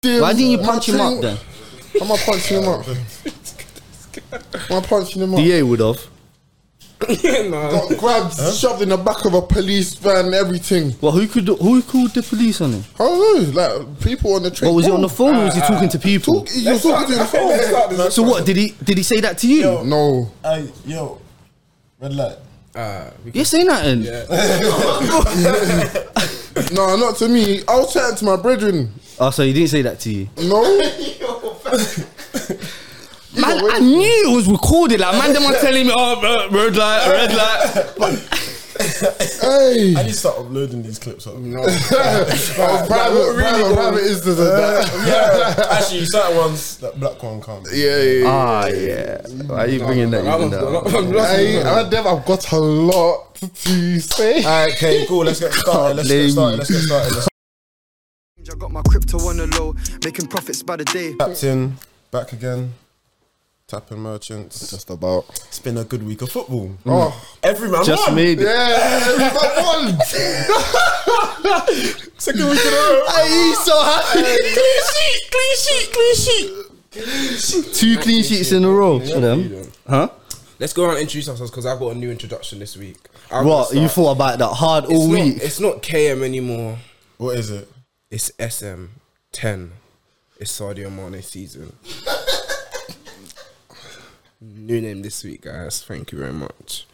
Dude, Why didn't you my punch him team- up then? I'm not punching him up. I'm not punching him up. DA would have. Uh, Got grabbed, shoved in the back of a police van, everything. Well, who could who called the police on him? I don't know, like people on the train. Well, Oh, was he on the phone or was he talking to people? Talk, you're talking to the phone. So what did he did he say that to you? Yo. No, Hey, yo, red light. You say nothing. no, not to me. I was chatting to my brethren. Oh, so he didn't say that to you. No, Man, I knew it was recorded. Like, man, them are telling me, oh, uh, red light, red light. But hey. I need to start uploading these clips. Up. No. private, really uh, private, though. private is the, yeah, actually, you saw that one's that black one can't. yeah, yeah. yeah. ah, yeah. Why are you bringing that? That even one's now? gone up. That's Hey, I, Dev, I've got a lot to say. Alright, okay, cool. Let's get started. Let's get started. Let's get started. Let's I got my crypto on the low, making profits by the day. Captain, back again. Tapping merchants. Mm. Just about. It's been a good week of football. Oh, Every man Just won. made it. yeah, we got one. Second week in a row. Hey, he's so happy. Two clean sheets in a row for them. Huh? Let's go around and introduce ourselves because I've got a new introduction this week. I'm What? gonna You start. thought about that hard it's all not, week? It's not KM anymore. What is it? It's SM ten. It's Sadio Mane season. new name this week, guys. Thank you very much.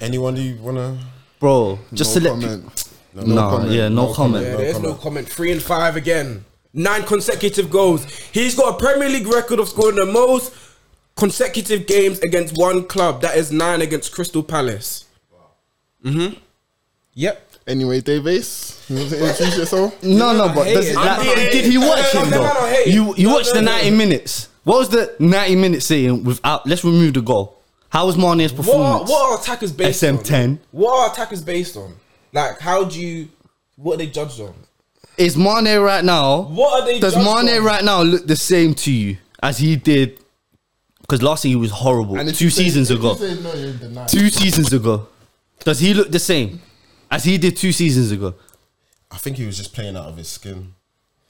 Anyone do you wanna? Bro, just to No let. comment. No, yeah, no, comment. Yeah, there's no comment. Three and five again. Nine consecutive goals. He's got a Premier League record of scoring the most consecutive games against one club. That is nine against Crystal Palace. Mm-hmm. Yep. Anyway, Davis, you want to introduce yourself? No, no, I but hate does, it. like, I hate it. did he watch No, him no, though? no, I hate it. you you No, watched no, the no. ninety minutes. What was the ninety minutes saying? Without let's remove the goal. How was Marnie's What are, performance? what are attackers based on? SM10. What are attackers based on? Like, how do you? What are they judged on? Is Marnie right now? What are they? Does judged Marnie on? right now look the same to you as he did? Because last year he was horrible. And if Two you say- seasons if you ago. say no, you're in denial. Two seasons ago. Does he look the same as he did two seasons ago? I think he was just playing out of his skin.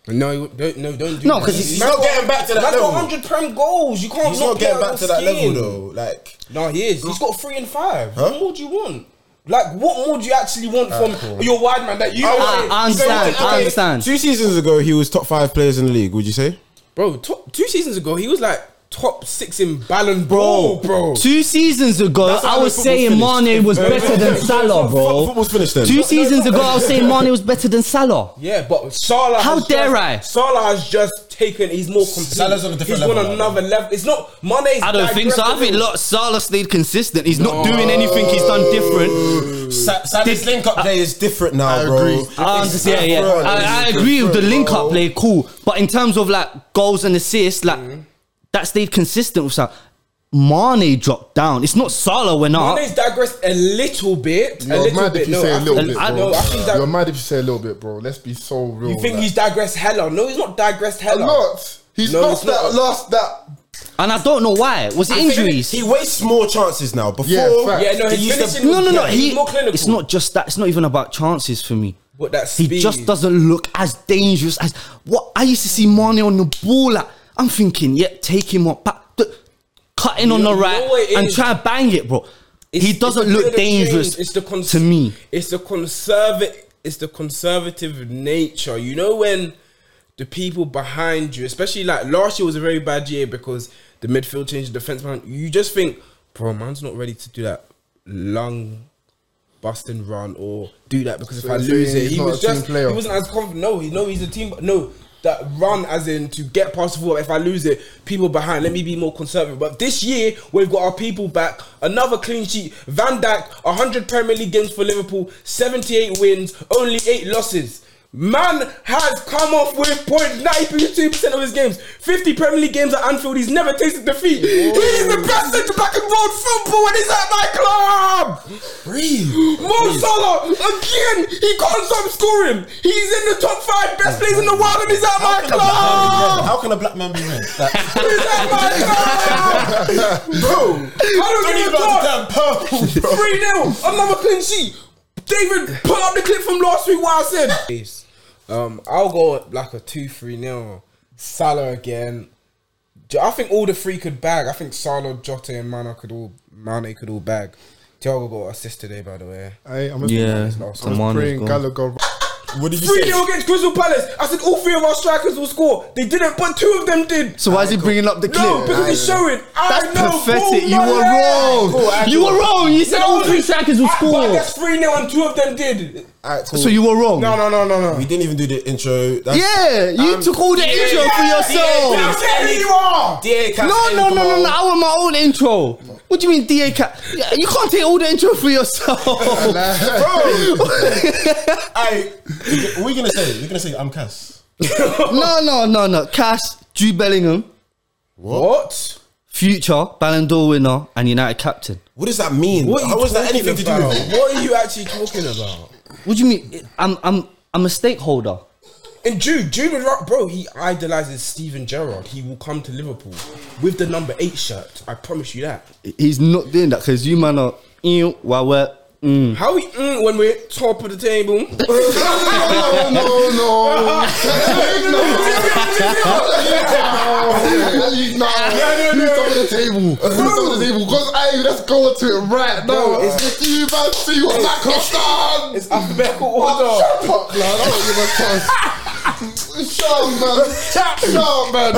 No, you- don't, no, don't do. No, that. 'cause he's Man's not got- getting back to that man's got level. 100 prem goals. You can't. He's not, not play getting out back of to that level skin. though. Like, No, he is. He's got three and five. Huh? What more do you want? Like, what more do you actually want from cool. your wide man that you? I, I understand. I understand. two seasons ago, he was top five players in the league. Would you say? bro. Top, two seasons ago, he was like top six in Ballon d'Or, bro. Two seasons ago, That's how I was football's saying finished. Mane was better than Salah, Fo- bro. Football's finished then. Two seasons ago, I was saying Mane was better than Salah. Yeah, but Salah. How has dare just, I? Salah has just taken. He's more complete. Salah's on a different he's level on now, another level. It's not Mane's. I don't think so. I think digressive. look, Salah stayed consistent. He's not doing anything he's done different. Sa- Salah's link up play is different now, I bro. agree. It's I understand. Yeah, different. I, I It's agree with the different, link up bro. play, cool. But in terms of like goals and assists, like Mm-hmm. that stayed consistent with Salah. Mane dropped down. It's not Salah went up. Uh, Mane's digressed a little bit. a You're little mad bit. if you no, say I a little think- bit, I bro. know. I think You're that. mad if you say a little bit, bro. Let's be so real. You think like. he's digressed hella? No, he's not digressed a hella. lot? He's No, lost it's not. that. Lost that. And I don't know why. Was it injuries? He wastes more chances now. Before, Yeah, fact. Yeah, no, He he's used to- finishing. no, no, no. yeah, he, he's more clinical. it's not just that. It's not even about chances for me. But that He speed. just doesn't look as dangerous as what I used to see Mane on the ball. Like, I'm thinking, yeah, take him up, back, th- cut in on the know right what it and is? try and bang it, bro. It's- he it's doesn't the look little dangerous change. It's the cons- to me. It's the conservative. It's the conservative nature. You know when the people behind you, especially like last year, was a very bad year because the midfield changed, the defense man. You just think, bro, man's not ready to do that lung busting run or do that because So if I you're lose saying it, he's he not was a team just player? he wasn't as confident. No, he no, he's a team. No, that run as in to get past the football. If I lose it, people behind. Let me be more conservative. But this year we've got our people back. Another clean sheet. Van Dijk, 100 Premier League games for Liverpool, 78 wins, only eight losses. Man has come off with point 92 percent of his games. 50 Premier League games at Anfield. He's never tasted defeat. He is the best centre back in world football, and he's at my club. Breathe. Mo Salah again. He can't stop scoring. He's in the top five best players in the world, and he's at my How can a black man be red? club. How can a black man be red? Like, He's at my club, bro. I don't Don't give even a about fuck. to damn purple, bro. Three 0 Another clean sheet. David, put up the clip from last week. What I said. Um, I'll go like a two three nil. Salah again. Do- I think all the three could bag. I think Salah, Jota, and Mane could all Mane could all bag. Thiago got assist today, by the way. I, I'm Yeah, I was Come on, praying let's go. Gallagher. What did you Three say? 0 against Crystal Palace. I said all three of our strikers will score. They didn't, but two of them did. So why is he bringing up the clip? No, because it's showing. I That's know pathetic. ball You were knowledge. wrong. you were wrong. You said No, all three strikers will I- But score. that's three 0 and two of them did. Alright, cool. So you were wrong. No, no, no, no, no. We didn't even do the intro. That's, Yeah, you Um, took all the intro for yourself. That's who you are. DA cast No, no, no, in, no, bro. no. I want my own intro. What do you mean, DA cat? You can't take all the intro for yourself. I, what are you gonna say? You're gonna say I'm Cass. no, no, no, no. Cash, Drew Bellingham, What? future Ballon d'Or winner and United captain. What does that mean? What are you How is that talking anything to do about? with it? What are you actually talking about? What do you mean? I'm, I'm, I'm a stakeholder. And Jude, Jude was right, bro. He idolizes Steven Gerrard. He will come to Liverpool with the number eight shirt. I promise you that. He's not doing that because you man are. Ew, while we're mm. How we mm, when we're top of the table? no, no, no. No, he's top of the table. He's top of the table. Because I, let's go to it right now. Bro, It's just you, man. See what that cost on. it's alphabetical order. Shut up, man. I don't give a fuck. Shut up, man. Shut up, man.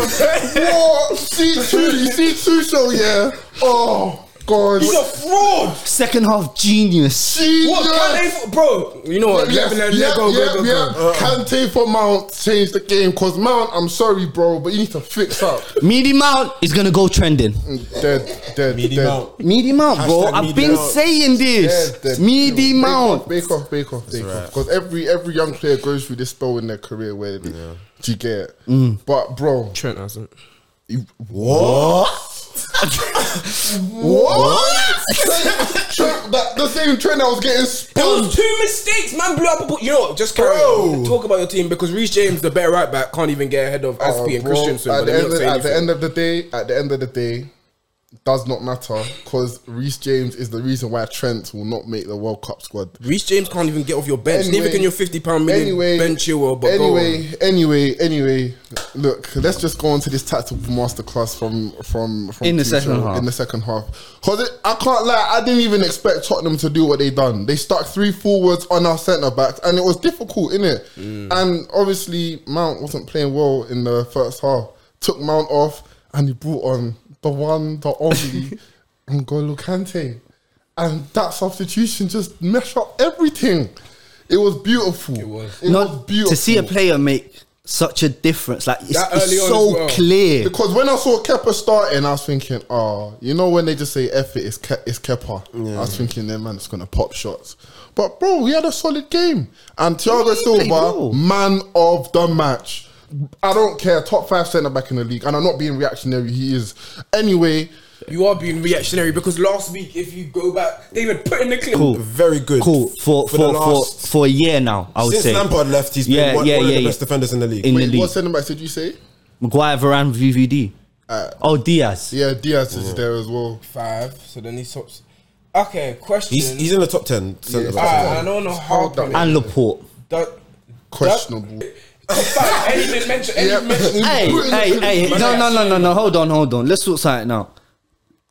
What? C2, you C2 show, yeah? Oh, God. He's a fraud. second half genius. Jesus. What can they, for, bro? You know what? Yes, Let, let, yeah, let go, yeah, go, Uh, go, yeah. go. Kante for Mount changed the game because Mount, I'm sorry, bro, but you need to fix up. Meaty Mount is gonna go trending. Dead, dead, Meaty dead. Mount. Meaty Mount, bro. Hashtag I've Meaty been Mount. saying Dead, this. dead. Meaty Bake Mount. off, Bake off, bake off, bake off. Because every every young player goes through this spell in their career where they, do you get it? Mm. But bro, Trent hasn't. you, What? what? Trent- that, the same trend I was getting There spun. was two mistakes. Man blew up a ball. You know what? Just carry on. Talk about your team because Reece James, the better right back, can't even get ahead of Uh, Aspie and bro, Christensen. At, the But they're end, not of, saying at the anything. end of the day, at the end of the day, does not matter because Reece James is the reason why Trent will not make the World Cup squad. Reece James can't even get off your bench. Neither can your fifty pound million anyway, Ben Chilwell. But anyway, anyway, anyway, look, let's just go on to this tactical masterclass from from, from In the Tuchel second half. In the second half, because I can't lie, I didn't even expect Tottenham to do what they done. They stuck three forwards on our centre backs, and it was difficult, innit? Mm. And obviously, Mount wasn't playing well in the first half. Took Mount off, and he brought on the one, the only, N'Golo Kante. And that substitution just meshed up everything. It was beautiful. It was. Not beautiful. to see a player make such a difference. Like it's, That it's early on so as well. clear. Because when I saw Keppa starting, I was thinking, oh, you know when they just say F it, it's, Ke- it's Keppa. I was thinking, their man's going to pop shots. But, bro, he had a solid game. And Thiago He played Silva, well. man of the match. I don't care, top five centre back in the league. And I'm not being reactionary, he is. Anyway, You are being reactionary because last week, if you go back, they would put in the clip. Cool. Very good. Cool for For for the for, for, last- a year now. I would Since say Lampard left, he's been Yeah, one, yeah, one of the yeah, best yeah. defenders in the league. in the wait, league. what centre backs did you say? Maguire, Varane, VVD. oh Diaz. Yeah, Diaz is there as well. Five. So then he stops. Okay, question. he's he's in the top ten. Centre All backs. right, I don't know how Hold on. come it- And Laporte. that- Questionable. that- Fuck, any didn't mention- any Yeah. mention- Hey, Put it in hey, the- hey! No, no, no, no, no! Hold on, hold on. Let's sort something out.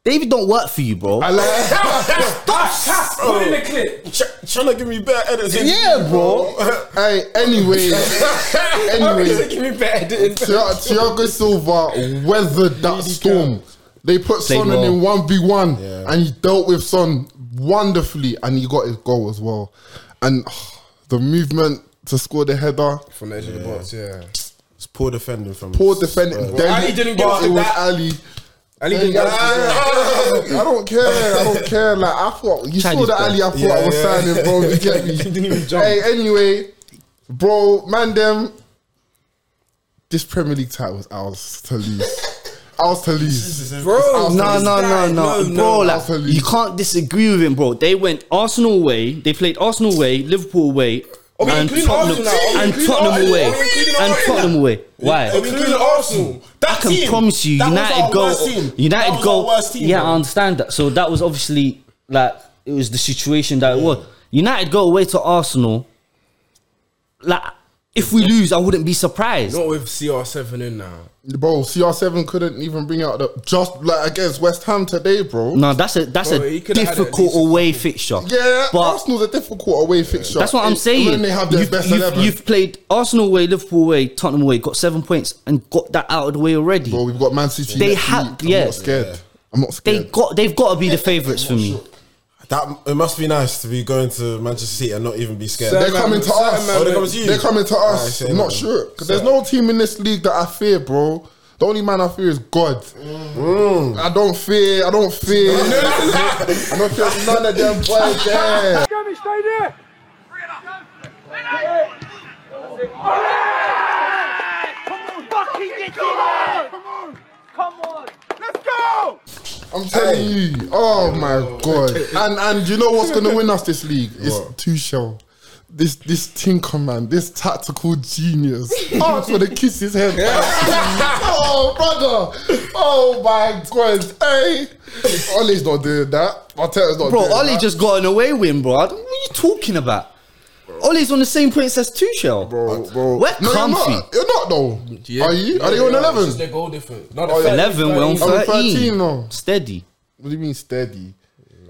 David don't work for you, bro. I like Cass, Cass, put in the clip. trying to give me better edits. than Yeah, you, bro. Hey, anyway, Does anyway, it give me better than- Thia- Thiago Silva weathered that storm. They put Played Son well. in one v one, Yeah. and he dealt with Son wonderfully, and he got his goal as well. And ah, the movement to score the header, From the edge of the box, yeah. It's poor defending from poor defending. Then Ali didn't get but off it the was bat. Ali. Ali Then didn't get off the I don't- I don't care. I don't care. Like I thought, you saw Chinese the guy. Ali. I thought I Yeah, was yeah. signing, bro. You get me? He didn't even jump. Hey, anyway, bro, man, them. This Premier League title was ours to lose. ours to lose. Bro, No, this no, guy, no, no, bro. Like, absolutely. you can't disagree with him, bro. They went Arsenal away. They played Arsenal away, Liverpool away, Are we and including Tottenham, Arsenal now? Are we and including Tottenham Arsenal? away, Are we including and Arsenal? Tottenham away. Why? Including Arsenal. That I can team, promise you, that was our United worst go. team. That United was go. our worst team, Yeah, um, bro. I understand that. So that was obviously like it was the situation that it was. United go away to Arsenal. Like If we lose, I wouldn't be surprised. Not with CR7 in now. Bro, CR7 couldn't even bring out the just like against West Ham today, bro. No, that's a that's Bro, a he could've had at difficult least a away fixture. Yeah, but Arsenal's a difficult away fixture. that's what I'm It- saying. When they have their you've, best you've- 11. you've played Arsenal away, Liverpool away, Tottenham away, got seven points and got that out of the way already. Bro, we've got Man City. They next have- week. I'm yeah. not scared. I'm not they scared. got they've got to be the favourites for me. That it must be nice to be going to Manchester City and not even be scared. Sir, They're coming to Certain us. man- Oh, they're coming to you. They're coming to I us. see, I'm not man. sure. 'Cause there's no team in this league that I fear, bro. The only man I fear is God. Mm. I don't fear. I don't fear. I don't fear none of them boys there. I'm telling you. Oh my god. And and you know what's gonna win us this league? It's Tuchel. This this tinker man, this tactical genius. Oh, it's gonna kiss his head. oh brother. Oh my god. Hey. Ollie's not doing that. Arteta's not Bro, doing Ollie that. just got an away win, bro. What are you talking about? Ollie's on the same points as Tuchel. Bro, bro. We're no, comfy. You're not, you're not though. Are you? Are they on It's just eleven? their goal difference. No, the Oh, yeah. fact- 11, we're on Oh, we're 13. 13 now. Steady. What do you mean steady?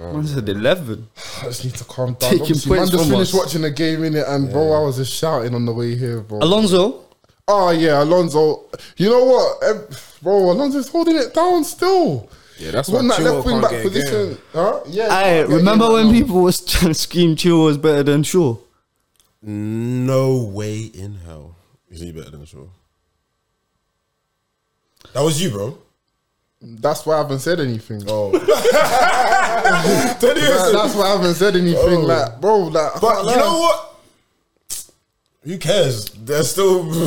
Oh. Man said 11. I just need to calm down. Taking Obviously, points man just from finished us. watching the game in it, and bro, I was just shouting on the way here, bro. Alonso, Oh yeah, Alonso. You know what, Eh, bro? Alonso's holding it down still. Yeah, that's When why that Chilwell left wing back can't get a game. position, huh? Yeah. I can't get remember in when now. people was trying to scream Chilwell was better than Shaw. No way in hell is he better than Shaw. That was you, bro. That's why I haven't said anything. Oh, Don't even Like, say- that's why I haven't said anything, like, bro. Like, I But can't you lie. know what? Who cares? They're still. bro, Oh,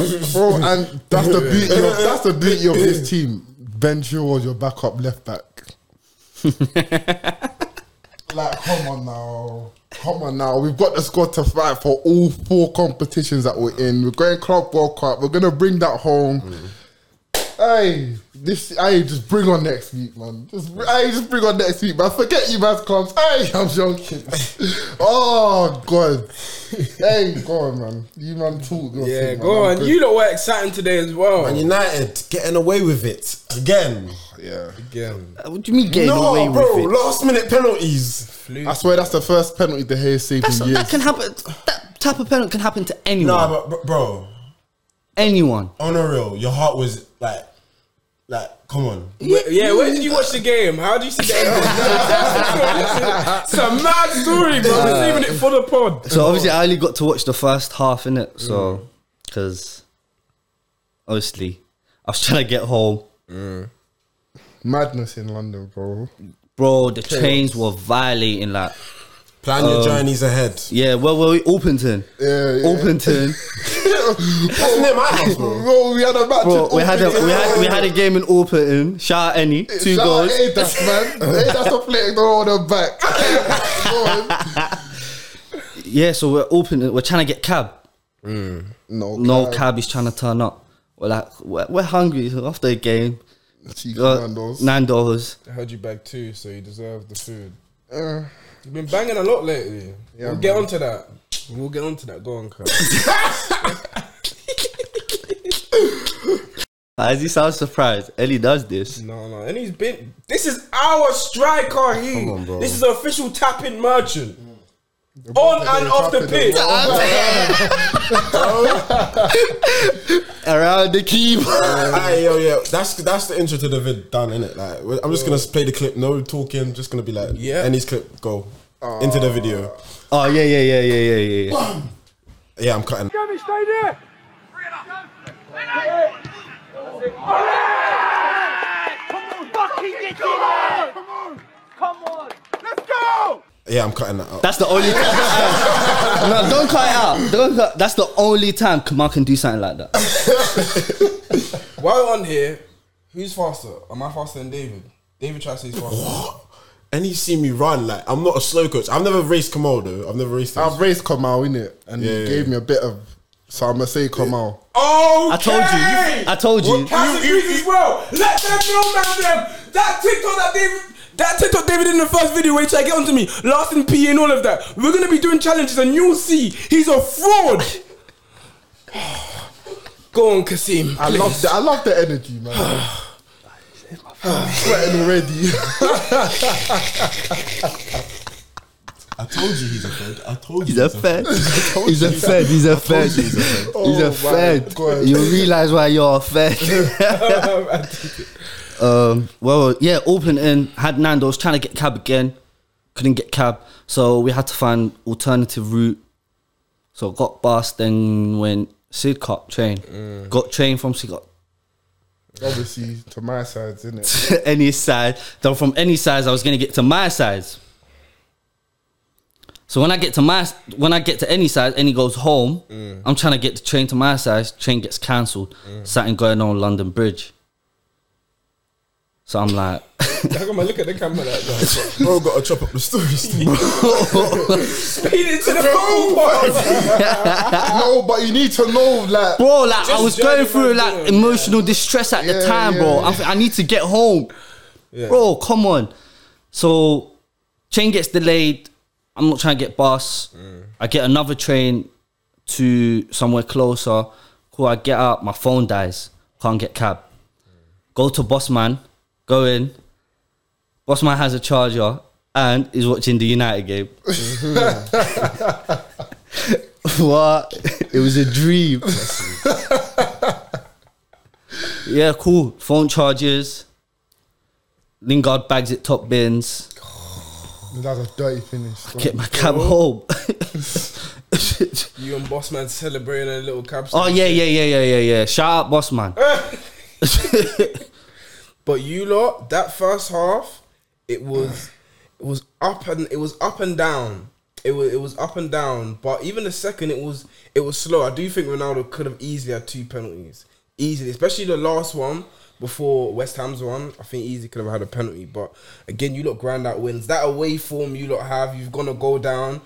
and that's the beauty. Of, that's the beauty of this team. Ben Chilwell's your backup left back. like, come on now, come on now. We've got the squad to fight for all four competitions that we're in. We're going Club World Cup. We're gonna bring that home. Mm. Hey, this hey, just bring on next week, man. Just br- hey, just bring on next week, man. Forget you man's clubs. Hey, I'm joking. oh god. hey, go on, man. You man talk. your Yeah, thing, go man. I'm on. good. You lot were exciting today as well. And United getting away with it again. Yeah. Again. Uh, What do you mean getting no, away bro, with it? last minute penalties. I swear that's the first penalty De Gea saved That's, in years. that can happen. That type of penalty can happen to anyone. Nah, but br- bro, anyone. on a real, your heart was like, like, come on. Yeah, yeah, where did you watch the game? How do you see the ending? it's a mad story, bro. We're saving it for the pod. So obviously, I only got to watch the first half in it. Mm. So because obviously, I was trying to get home, Madness in London, bro. bro. The trains were violating. Like, Plan Um, your journeys ahead. yeah, where were we? Alpenton. Yeah, yeah. Alpenton. That's near my house, bro. Bro, we had a match. Bro, in we had a Oakland. we had we had a game in Alpenton. Shout out Any two Shout out goals. Adas, man. Adas are playing the order back. Go on. Yeah, so we're Alpenton. We're trying to get cab. no, No cap. cab is trying to turn up. We're like we're, we're hungry after a game. Cheeky Uh, Nando's. Nine dollars. I heard you bagged two, so you deserve the food. Uh, You've been banging a lot lately. we'll get onto that. We'll get onto that. Go on, Carl. As he sounds surprised, Ellie does this. no, no. And he's been. This is our striker, he. This is an official tapping merchant. On and off the pitch. Around the keeper. Aye, yo, yeah, that's that's the intro to the vid done, innit? Like, we're- I'm just gonna play the clip, no talking, just gonna be like, Yeah. Any's clip, go into the video. Oh yeah, yeah, yeah, yeah, yeah, yeah. yeah. Yeah, I'm cutting. Yeah, I'm cutting that out. That's the only. no, don't cut it out. Don't cut. That's the only time Kamal can do something like that. While we're on here, who's faster? Am I faster than David? David tries to say he's faster. and you see me run, like, I'm not a slow coach. I've never raced Komodo. I've never raced him. I've raced Kamal in it, and Yeah, he yeah. gave me a bit of. So I'm gonna say Kamal. Oh, I told you. I told you. Passive you, as well. Let them know, man. Them that TikTok that David. That TikTok David did in the first video where he tried to get onto me, last in PE and all of that. We're gonna be doing challenges and you'll see he's a fraud. Go on, Kasim. I love the I love the energy, man. Sweating already. I told you he's a fed. I told you He's a fed. He's a fed. He's a fed. He's a fed. Oh my God. You realize why you're a fed. um, well, yeah, Auckland in had Nando's trying to get cab again, couldn't get cab, so we had to find alternative route. So got bus, then went Sidcup train, got train from Sidcup Obviously, to my side, isn't it? to any side. Then from any size, I was gonna get to my size. So when I get to my when I get to any size, any goes home. I'm trying to get the train to my size. Train gets cancelled. Something going on London Bridge. So I'm like, How come I look at the camera like that? Bro, gotta chop up the stories. Speed into the phone part. no, but you need to know, like, bro, like I Just was journey going through man, like bro. emotional distress at the Yeah, time, bro. yeah. I, think I need to get home, bro. Come on. So train gets delayed. I'm not trying to get bus. Mm. I get another train to somewhere closer. Cool. I get up. My phone dies. Can't get cab. Mm. Go to Bossman. Go in. Bossman has a charger and is watching the United game. what? It was a dream. yeah, cool. Phone charges. Lingard bags it top bins. that's a dirty finish. bro. Get my cab home. You and boss man celebrating a little capsule. oh yeah, yeah, yeah, yeah, yeah, yeah. Shout out boss man. Eh. But you lot, that first half, it was it was up and it was up and down. It was it was up and down. But even the second, it was it was slow. I do think Ronaldo could have easily had two penalties, easily, especially the last one before West Ham's one. I think easily could have had a penalty. But again, you lot grind out wins. That away form you lot have, you've gonna go down.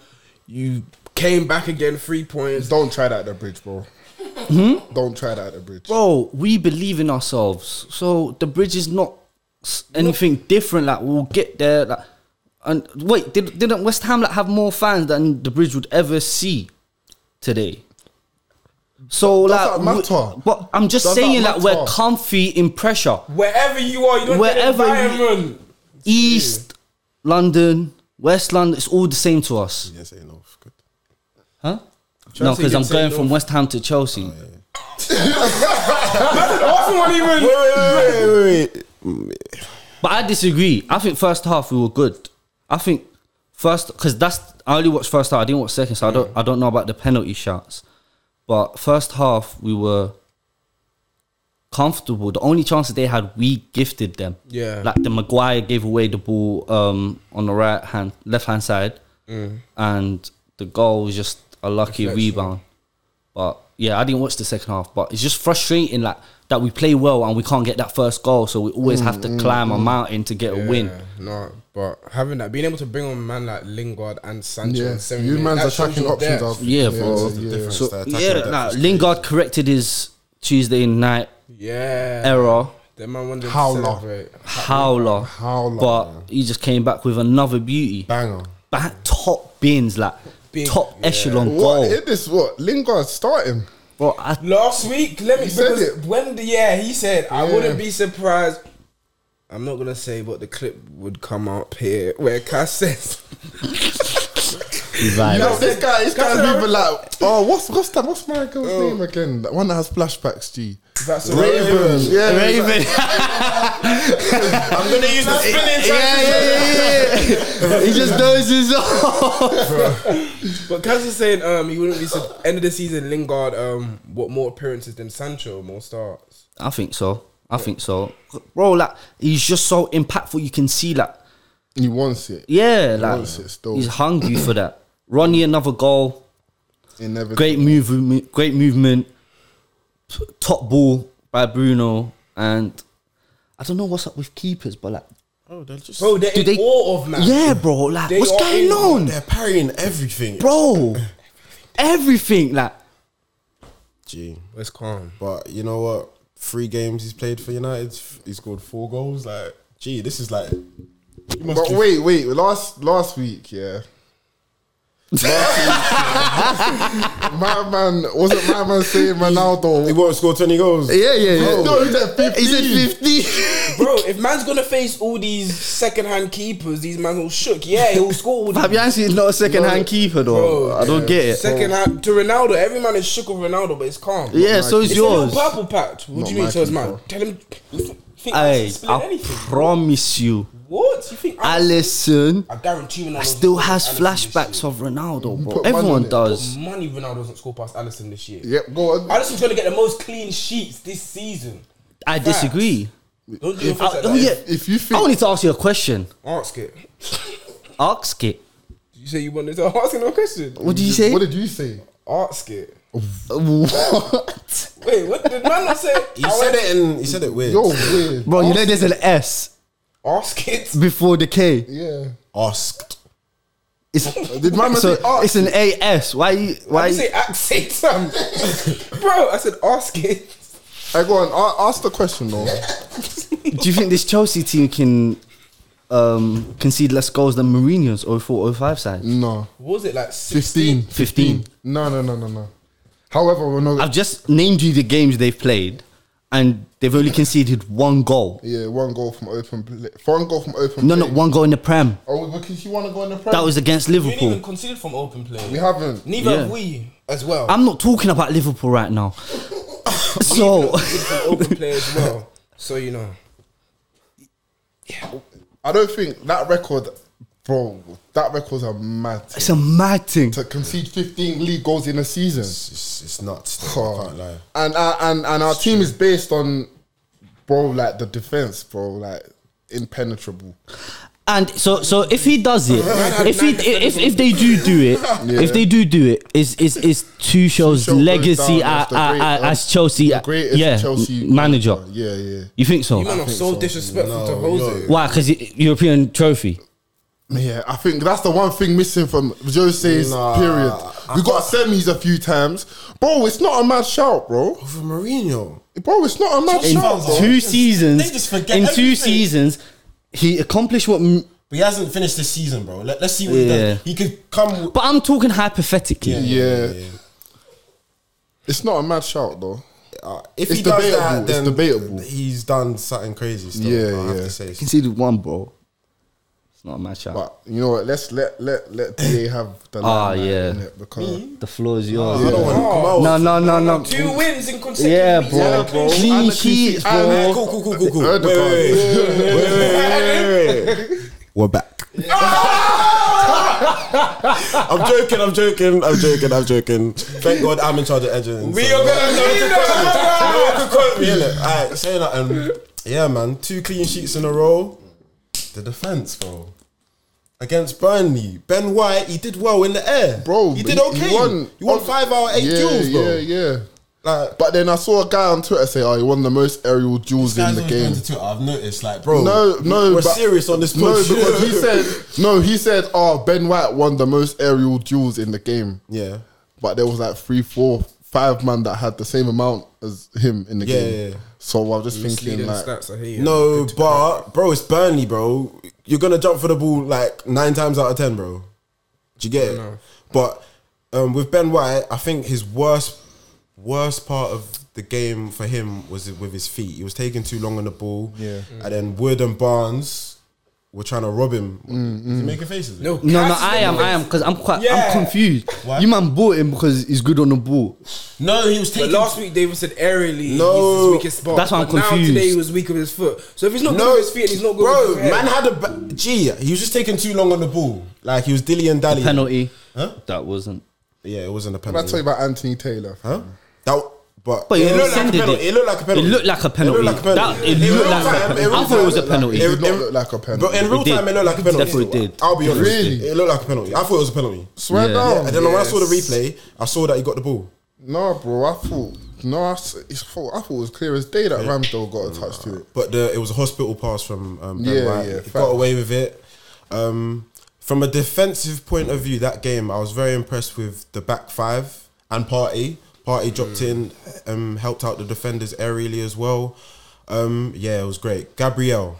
You came back again, three points. Don't try that at the bridge, bro. Don't try that at the bridge. Bro, we believe in ourselves. So the bridge is not s- anything different. Like we'll get there. Like, and wait, did, didn't West Ham like have more fans than the bridge would ever see today? So Does like, that we- matter? but I'm just Does that saying like we're matter? comfy in pressure. Wherever you are, you don't Wherever wherever you- environment. East London, West London, it's all the same to us, yes, ain't off. Good. huh? No, to because get I'm going sent from off. West Ham to Chelsea. Arsenal weren't even. Wait, wait, wait. But I disagree. I think first half we were good. I think first because that's I only watched first half. I didn't watch second, so I don't I don't know about the penalty shots. But first half we were comfortable. The only chances they had, we gifted them. Yeah. like the Maguire gave away the ball um, on the right hand, left hand side, and the goal was just a lucky rebound. But yeah, I didn't watch the second half. But it's just frustrating, like that we play well and we can't get that first goal, so we always have to climb a mountain to get a win. Yeah, No, but having that, being able to bring on man like Lingard and Sancho, Yeah, and seven you man's that shows attacking your options depth. are- Yeah, Yeah, bro. it's the difference, So, the attacking yeah, depth nah, is Lingard corrected his Tuesday night Yeah, error. That man wanted How to long? celebrate. Howler, Howler, but he just came back with another beauty. Banger. Back top bins, like Big, top yeah. echelon What? goal. Hit this what? Lingard starting. Bro, I Last week, let me said because it. when the yeah he said I Yeah. wouldn't be surprised. I'm not gonna say, but the clip would come up here where Cass says You know, vibe. this guy, this guy's Casemiro. even like, oh, what's what's that? What's my girl's name again? That one that has flashbacks, G. that's Raven. Yeah, Raven. I'm gonna use the spinning yeah, transition. yeah, yeah, yeah. he just dozes off. But Kaz is saying um he wouldn't be sur- end of the season Lingard um what more appearances than Sancho more starts. I think so. I think so, bro. Like he's just so impactful. You can see, like, He wants it. yeah, like wants it still. he's hungry for that. Ronnie another goal. He never. Great movement. Great movement. T- Top ball by Bruno, and I don't know what's up with keepers, but like, Oh, they're just. Bro, they're Do in they- awe of man. yeah, bro, like, They what's are going in- on, They're parrying everything. bro? Everything, like, Gee. It's calm. But you know what? Three games he's played for United. f- He scored four goals. Like, gee, this is like. you must But give- wait, wait. Last last week, yeah. My man, wasn't my man saying He Ronaldo? won't score 20 goals. Yeah, yeah, yeah. No, he said 15. He said 50. Bro, if man's gonna face all these second-hand keepers, these man all shook. Yeah, he'll score all these. Fabianski is not a second hand keeper, though. Bro, I don't get it. Second hand to Ronaldo, every man is shook of Ronaldo, but it's calm. yeah, so is it's a little yours. purple patch. What do you mean? So is man. Tell him. You think Hey, I split I anything? promise you, What you think? I, Allison I guarantee Ronaldo still has doesn't score past Alisson flashbacks this of Ronaldo, bro. Put money on Everyone it. does. year. Money Ronaldo doesn't score past Allison this year. Yep, go on. Alisson's gonna get the most clean sheets this season. I disagree. Don't do your face I, like oh that. yeah, If you I think wanted to ask you a question. Ask it. Ask it. You say you wanted to ask him a question. What did you say? What did you say? Ask it. What? Wait, what did man not say? He said it in, he said it weird. You're weird. Bro, you know there's an S Ask it. before the K. Yeah. Asked. It's, Did my man so say "Ah," ask? it's an AS. Why you why I you, say accent, fam. Bro, I said ask it. I go on. a- Ask the question though. do you think this Chelsea team can um, concede less goals than Mourinho's 0405 side? No. What was it like? 16? 15. 15. No, no, no, no, no. However, we're not. I've just named you the games they've played and they've only conceded one goal. yeah, one goal from open. Play, one goal from open. No, play. no, one goal in the Prem. Oh, because you want to go in the Prem. That was against We didn't even Liverpool. consider from open play. we haven't. Neither Yeah. have we as well. I'm not talking about Liverpool right now. So, Considered from open play as well. So you know. I don't think that record, bro. That record's a mad thing. it's a mad thing. to concede 15 league goals in a season. It's, it's nuts. though, I can't lie. Oh. And our, and and our team is based on, bro, like the defense, bro, like impenetrable. And so, so if he does it, had if he, nine if, defenders if they do do it, if they do do it, is is is Tuchel's Tuchel goes legacy down as at, the at, great- at- um, as Chelsea, The greatest yeah, Chelsea m- manager. Yeah, yeah. You think so? You man are so, disrespectful to Jose. Why? Because European trophy. Yeah, I think that's the one thing missing from Jose's Nah, period. We I got semis a few times. Bro, it's not a mad shout, bro. Over Mourinho. Bro, it's not a mad In shout. bro. two just- seasons. they just forget in two everything. seasons, he accomplished what. m- But he hasn't finished this season, bro. Let, let's see what he Yeah. does. He could come. with- But I'm talking hypothetically. Yeah. It's not a mad shout, though. Uh, if It's he does debatable, that, it's then debatable. he's done something crazy. Still, Yeah, I have yeah. to say. Conceded one, bro. It's not a match out. But you know what? Let's let let let DA have the Ah, limelight, yeah. innit? because The floor is yours. I don't want to come out. No, no, no, no. Two wins in um, consecutive. Yeah, weeks. bro. bro. Clean And the sheets, clean sheet. bro. And- Ah, Cool, cool, cool, cool, cool. Erdogan. Wait, wait, wait, wait, wait, wait, wait. We're back. I'm joking, I'm joking, I'm joking, I'm joking. Thank God I'm in charge of editing. We so- are gonna win No the- one can quote me, innit? Alright, saying that, um, yeah, man, two clean sheets in a row. The defence, bro. Against Burnley, Ben White, he did well in the air, bro, He did okay. You won, five out of eight yeah, duels, bro. Yeah, yeah. Like, But then I saw a guy on Twitter say, "Oh, he won the most aerial duels in Guys the always go game." into Twitter, I've noticed, like, bro. No, no, we're but- serious on this. No, podcast. because he said no. He said, "Oh, Ben White won the most aerial duels in the game." yeah, But there was like three, four, five man that had the same amount as him in the Yeah, game. yeah. So I'm just thinking, Misleading like, stats, I hear you. no, but bro, it's Burnley, bro. You're gonna jump for the ball like nine times out of ten, bro. Do you get it? But um, with Ben White, I think his worst worst part of the game for him was with his feet. He was taking too long on the ball. Yeah. and then Wood and Barnes were trying to rob him. Is he making faces? No, No, no, Cass is I the am, I best. am, because I'm quite, Yeah. I'm confused. Why? You man bought him because he's good on the ball. no, he was But taking. last week David said aerially No. he's his weakest spot. That's why I'm But now confused. today he was weak with his foot. So if he's not good with his feet and he's not good bro. with his head, Man had a ba- gee. He was just taking too long on the ball. Like he was dilly and dally. Penalty. Huh? That wasn't. Yeah, it wasn't a what I penalty. tell you about Anthony Taylor? huh? That but, But he it, looked like a rescinded penalty. it. it looked like a penalty. It looked like a penalty. It looked like a That- penalty. it In looked real like a time, penalty. in real I thought it was a time, penalty. It did in- not look like a penalty. But in real It did. time, it looked like a penalty. Definitely did. I'll be honest. Really? It looked like a penalty. I thought it was a penalty. Swear Yeah. down. And then when I saw the replay, I saw that he got the ball. No, bro, I thought no, I, s- it's thought, I thought it was clear as day that Ramsdale got a touch to it. But the, it was a hospital pass from um, Ben Yeah, White. yeah, He fact. got away with it. Um, from a defensive point of view, that game I was very impressed with the back five and Party. Party dropped Mm. in, um, helped out the defenders aerially as well. Um, yeah, it was great. Gabriel,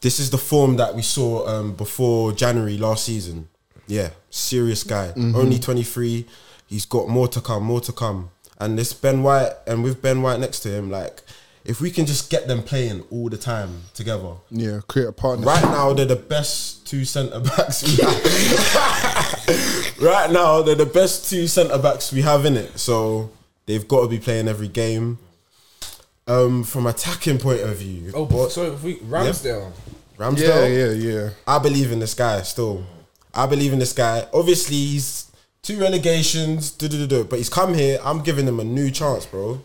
this is the form that we saw um, before January last season. Yeah, serious guy. Only 23. He's got more to come, more to come. And this Ben White, and with Ben White next to him, like, if we can just get them playing all the time together. Yeah, create a partner. Right now, they're the best two centre backs we have. right now, they're the best two centre backs we have in it. So they've got to be playing every game. Um, from attacking point of view, Oh, but sorry, if we Ramsdale. Ramsdale. Yeah, yeah, yeah. I believe in this guy still. I believe in this guy. Obviously, he's two relegations, duh, duh, duh, duh, but he's come here. I'm giving him a new chance, bro.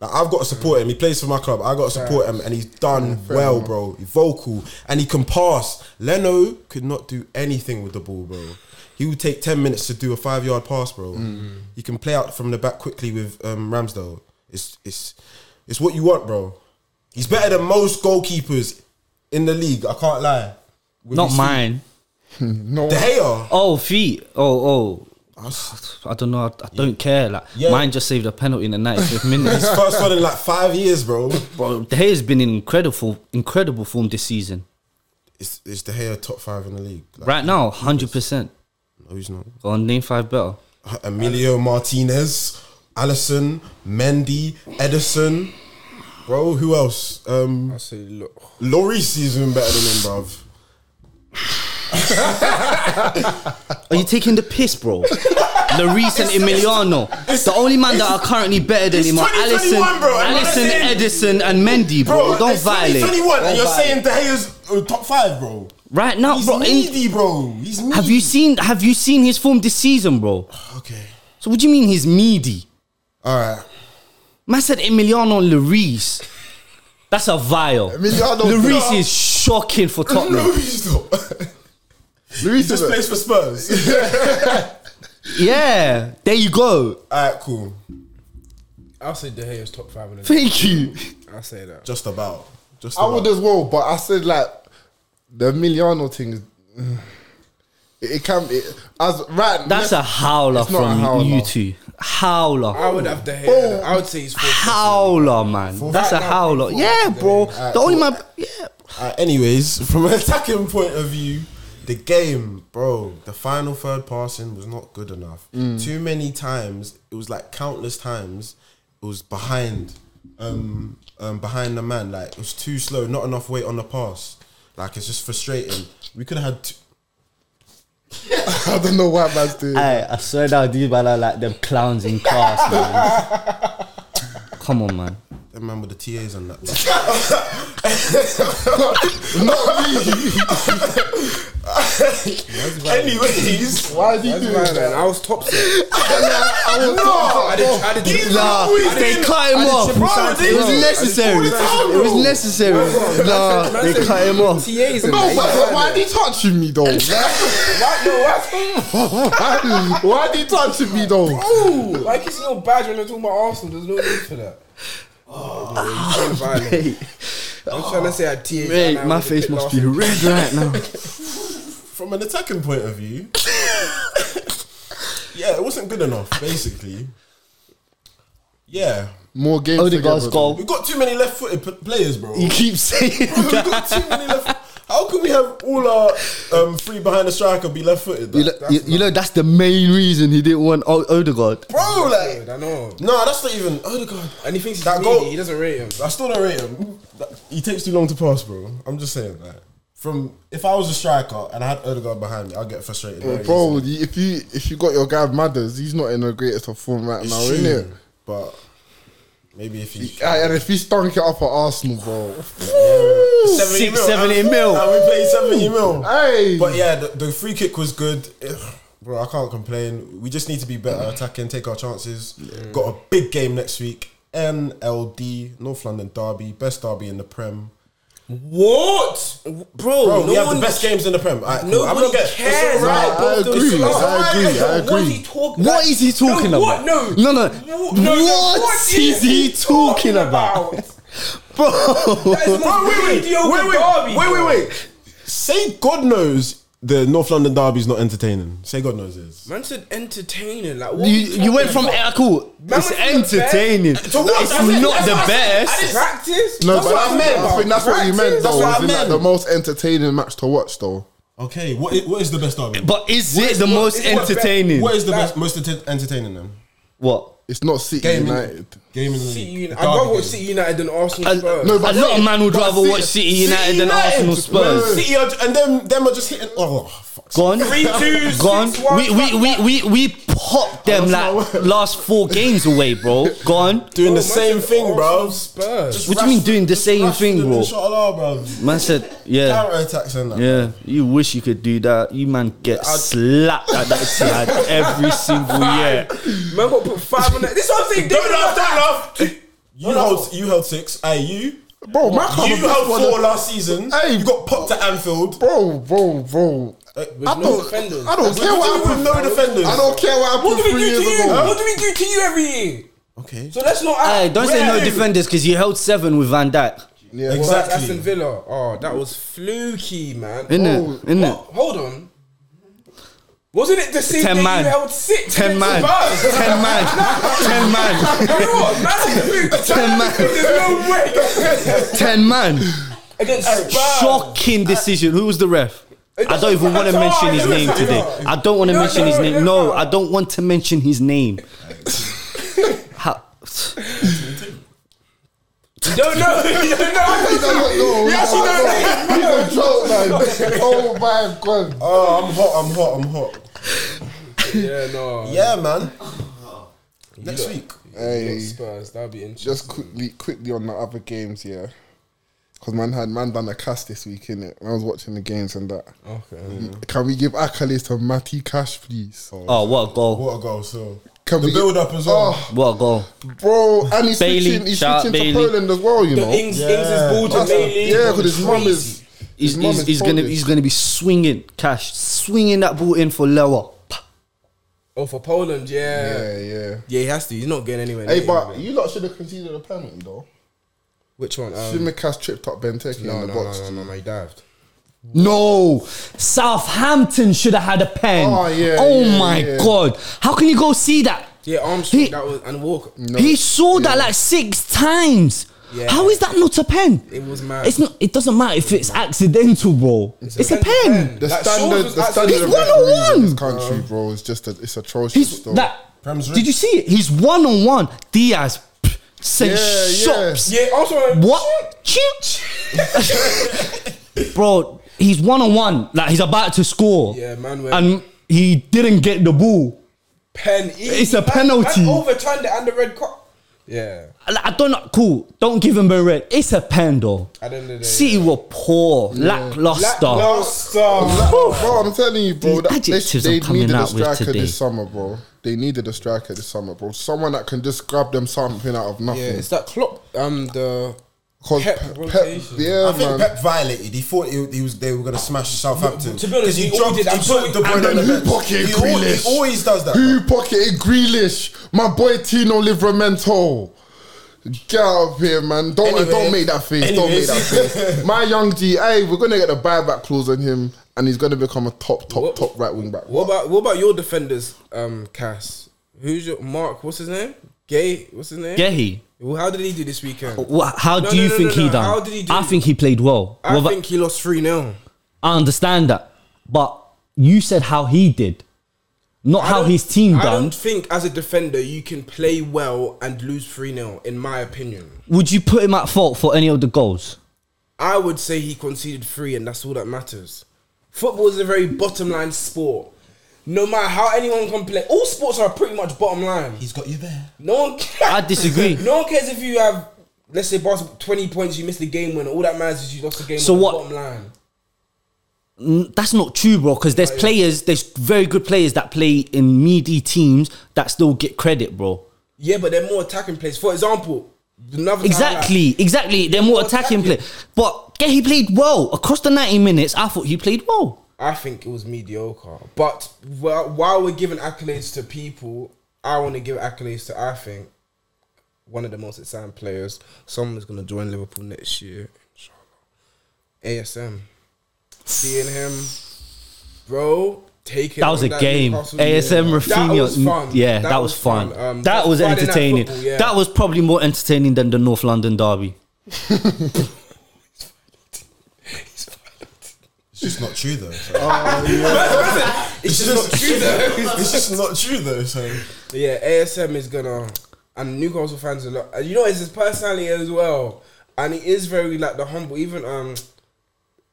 Like, I've got to support him. He plays for my club. I got to support him, and he's done well, bro. He's vocal and he can pass. Leno could not do anything with the ball, bro. He would take ten minutes to do a five yard pass, bro. He can play out from the back quickly with um, Ramsdale. It's it's it's what you want, bro. He's better than most goalkeepers in the league. I can't lie. With Not his mine. No, feet. De Gea. Oh, feet. Oh, oh. I don't know. I, I don't care. Like Yeah. mine just saved a penalty in the 95th minute. His first one in like five years, bro. Bro, De Gea has been in incredible, incredible form this season. It's it's De Gea top five in the league. Like, Right now, hundred percent. No, he's not. Go on, name five better. Emilio Martinez, Allison, Mendy, Edison. Bro, who else? Um, I say, look. Lloris is even better than him, bruv. Are you taking the piss, bro? Lloris and Emiliano, the only man that are currently better than it's him are Allison, 2021, bro, and Allison, that's it. Edison, and Mendy, bro. don't it's violate. 2021, and you're Don't saying De Gea's uh, top five, bro. Right now, He's bro. in- needy, bro. He's needy. have you seen? Have you seen his form this season, bro? Okay. So what do you mean he's needy? All right. Man said Emiliano and Lloris. That's a vial. Emiliano- Lloris No. is shocking for Tottenham. No, he's not. Luis This is place for Spurs. Yeah, there you go. All right, cool. I'll say De Gea's top five in the Thank you. I'll say that. Just about. Just I about. would as well, but I said like the Emiliano thing. is- It, it can it, as right. That's let- a howler It's not from a howler. you two. Howler. I would have De Gea. Oh. I would say he's fourth. howler, man. That's a Right now, howler. four. Yeah, bro. Alright, the only cool. man. Yeah. Uh, anyways, from an attacking point of view, the game, bro, the final third passing was not good enough. Too many times, it was like countless times, it was behind, um, um, behind the man. Like it was too slow, not enough weight on the pass. Like it's just frustrating. We could have had. Two, I don't know why man's doing. I, I swear that these man are like them clowns in class, man. Come on, man. that man with the TAs and that. Anyways, why is he That's doing mine, that? man. I was top six. I No, did. I did. Nah, they cut him off. It triple side. was Bro, necessary. it's all the time, It was bro. necessary. Nah, they cut him off. TAs and no, that. but Oh, why are you touching me though? Why- no, why- why why are you touching me though? Ooh, why you kissing your badge when they're talking about Arsenal? There's no need for that. Oh, you violent. Hey, I'm trying to say I TAs. mate, and I my was a face bit must last be red right now. from an attacking point of view, yeah, it wasn't good enough. Basically, yeah, More games. Odegaard's together. goal. we've got too many left-footed p- players, bro. You keep saying We've got too many left. How can we have all our um, three behind the striker be left-footed? You, Like, know, you, you know that's the main reason he didn't want o- Odegaard. bro, Dude, like, I know. no, that's not even. Oh god, And he thinks he's That needy. goal- He doesn't rate him. I still don't rate him. That- He takes too long to pass, bro. I'm just saying that. From if I was a striker and I had Odegaard behind me, I'd get frustrated. very Bro, easily. you- if you if you got your guy Madders, he's not in the greatest of form right now, It's isn't true, But maybe if he it? And if he stunk it up at Arsenal, bro, Six, seventy mil. And we played 70 mil. hey, But yeah, the, the free kick was good. Ugh, Bro, I can't complain. We just need to be better attacking, take our chances. Got a big game next week. NLD, North London Derby, best derby in the Prem. What, bro? Bro, no we have one the best games in the Prem. Alright, cool. I'm Nobody not getting- cares. it's alright. right, I about agree, those- I agree, I What is he agree. talking What is he talking no, about? What? No, No. no. No, no, no, What is he talking about? Bro, That is Bro, the most wait, wait, mediocre wait, wait, derby, wait, wait, bro. wait. Say God knows the North London Derby's not entertaining. Say God knows it is. Man said entertaining. Like what you, are you went talking from about? uh, cool. Man it's was in the entertaining. It's what? That's it, not that's the what I said. I didn't best. practice. No, That's but what I meant. I think that's what you meant, Practice. though. what I was in, like, meant. the most entertaining match to watch, though. Okay, what is, what is the best derby? But is What it is- the what- most is what- entertaining? What is the Like- best, most enter- entertaining then? What? It's not City Game United. Game in the City league. United. Derby I'd rather watch game. City United than Arsenal A, Spurs. No, but a lot see- of man would but rather see- watch City City United than United, Arsenal Spurs. City are, and them them are just hitting. Oh fuck! Gone. Three, two, six, Gone. one, we, we, we, we, we popped them not like what- last four games away, bro. Gone. Doing the Oh, man same said thing, bro. Arsenal Spurs. Just What do you mean rush- doing the just same rush thing, them bro? and Shot alarm, bro. Man said, yeah. Counter attacks and that. Yeah, you wish you could do that. You man get I'd- slapped at that side every single year. Man got put five on that. This is what I'm saying. Don't David laugh, Lafter- don't laugh. You held, you held six. Hey, you, Bro, my club you are best held for four the- last season. Hey. you got popped at Anfield. Bro, bro, bro. I no defenders. don't, I don't With- care what with happened. no defenders. I don't care what happened What do we three do to years you? ago. What do we do to you every year? Okay, So let's not. Hey, don't say no Where? defenders because you held seven with Van Dijk. Yeah, Well, that's Exactly. Aston Villa. Oh, that was fluky, man. Isn't Oh, it? Isn't it? Oh, hold on. Wasn't it the same Ten day man. you held six? Ten man. Ten man. Ten man. You know what? Man's in the Ten man. There's no way. Ten man. Against Spurs. Shocking decision. Who was the ref? I don't even want to Oh, mention his it was name like- today. I don't want to No, mention no, his name. no. No, I don't want to mention his name. How- You don't know. You don't know. You actually don't know. He's a joke, man. Oh my god. Oh, I'm hot. I'm hot. I'm hot. Yeah, no. Yeah, man. Next week. Hey, Spurs. That'd be interesting. just quickly, quickly on the other games, yeah. Cause man had man done a cast this week in it. I was watching the games and that. Oh. Okay. Can we give accolades to Matty Cash, please? Oh, what a goal. What a goal! So Can the we- build up as well. Oh, What a goal. bro, and he's Bailey, switching, he's shout out switching to Bailey. Poland as well. You The know, Ings, Yeah. Ings is ball to That's- Bailey. yeah, because his mum is. He's, his mum he's, is he's gonna Polish. he's gonna be swinging cash, swinging that ball in for Lewa. Oh, for Poland, yeah. yeah. Yeah, yeah. he has to. He's not getting anywhere. Hey, near but him, man. you lot should have conceded a penalty though. which one? Um, Simicast tripped up Benteke no, in the no, box. no, no, no, no, he dived. No, Southampton should have had a pen. Oh, yeah, Oh yeah, my yeah. god! How can you go see that? Yeah, Armstrong. He- that was and Walker. he saw that like six times. Yeah. How is that not a pen? It was mad. It's not. It doesn't matter if it's accidental, bro. It's, a, It's a pen. pen. The Like, Shaw standard, was the standard absolutely- of He's referees one on in this one. country, bro, is just a, it's atrocious. He's though. that. Prem's Did you see it? He's one on one. Diaz pff, sent Yeah, yeah. shots. Yeah, Armstrong. What? Bro, he's one on one. Like he's about to score. Yeah, man went- And he didn't get the ball. Pen. It's a penalty. Man overturned it and the red card. Yeah. Like, I don't know. Cool. Don't give him a red. It's a pen though. At the end of the day, City were poor, lackluster. Lackluster. bro, I'm telling you, bro. These That, they adjectives they I'm coming needed a out with striker today. this summer, bro. They needed a striker this summer, bro. Someone that can just grab them something out of Yeah, nothing. it's that Klopp. Um, the 'Cause Pep Pep- rotation. yeah, I think man. Pep violated. He thought he, he was they were going to smash Southampton. To be 'Cause honest, he all did. I'm put sure he- De and Bruyne on then the who bench. pocketed he, al- he Grealish? always does that. Who pocketed Grealish? My boy Tino Livramento. Get out of here, man. Don't Anyway. don't make that face. Don't make Anyways. that face. My young G, hey, we're gonna get the buyback clause on him and he's gonna become a top, top, What- top right wing back. What about what about your defenders, um, Cass? Who's your Mark? What's his name? Gay. Uh, What's his name? Gehi. Well, how did he do this weekend? Wha- How No, do no, you no, think no, he no. done? How did he do? I think he played well. I Well, think he lost three 0 I understand that, but you said how he did, not how his team I done. don't think as a defender you can play well and lose three 0 In my opinion, Would you put him at fault for any of the goals? I would say he conceded three, and that's all that matters. Football is a very bottom line sport. No matter how anyone can play, all sports are pretty much bottom line. He's got you there. No one. Cares. I disagree. no one cares if you have, let's say, basketball, twenty points. You missed the game winner. All that matters is you lost the game. So winner, what- Bottom line. Mm, That's not true, bro. Because Oh, there's players, there's very good players that play in meaty teams that still get credit, bro. Yeah, but they're more attacking players. For example, another time, like, Exactly, exactly. They're more More attacking play, attacking. but yeah, he played well across the ninety minutes. I thought he played well. I think it was mediocre. But wh- while we're giving accolades to people, I want to give accolades to I think one of the most exciting players. Someone's going to join Liverpool next year. Inshallah. ASM. Seeing him, bro. Taking That was on a game. Newcastle ASM game. Rafinha, That was fun. yeah, that, was, fun. Um, that was Friday night entertaining. football, yeah. That was probably more entertaining than the North London derby. It's not true though. so- Oh, it's just not true though. It's just not true though. So Yeah, ASM is gonna and Newcastle fans are not. and You know, it's his personality as well, and he is very like the humble. Even um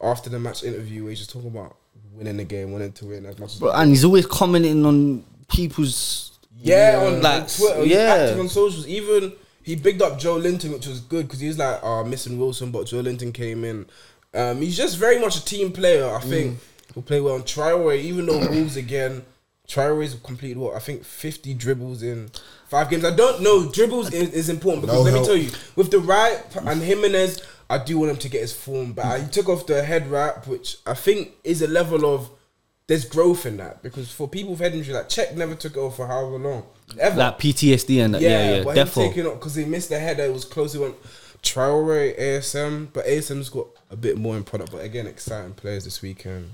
after the match interview, where he's just talking about winning the game, wanting to win as much as Bro, and he's always commenting on people's. yeah, on, on Like, Twitter, he's yeah. active on socials. Even he bigged up Joe Linton, which was good because he was like uh, missing Wilson, but Joe Linton came in. Um, he's just very much a team player. I think he'll play well on Triaway, even though Wolves again. Triaway's completed what I think fifty dribbles in five games. I don't know dribbles is, is important because No let help. me tell you with the right and Jimenez, I do want him to get his form back. He took off the head wrap, which I think is a level of there's growth in that because for people with head injury, like Czech never took it off for however long ever. Like PTSD and that. Yeah, yeah, but him Defo. taking off because he missed the header. It was close. He went Traore, ASM, but ASM's got a bit more in product. But again, exciting players this weekend.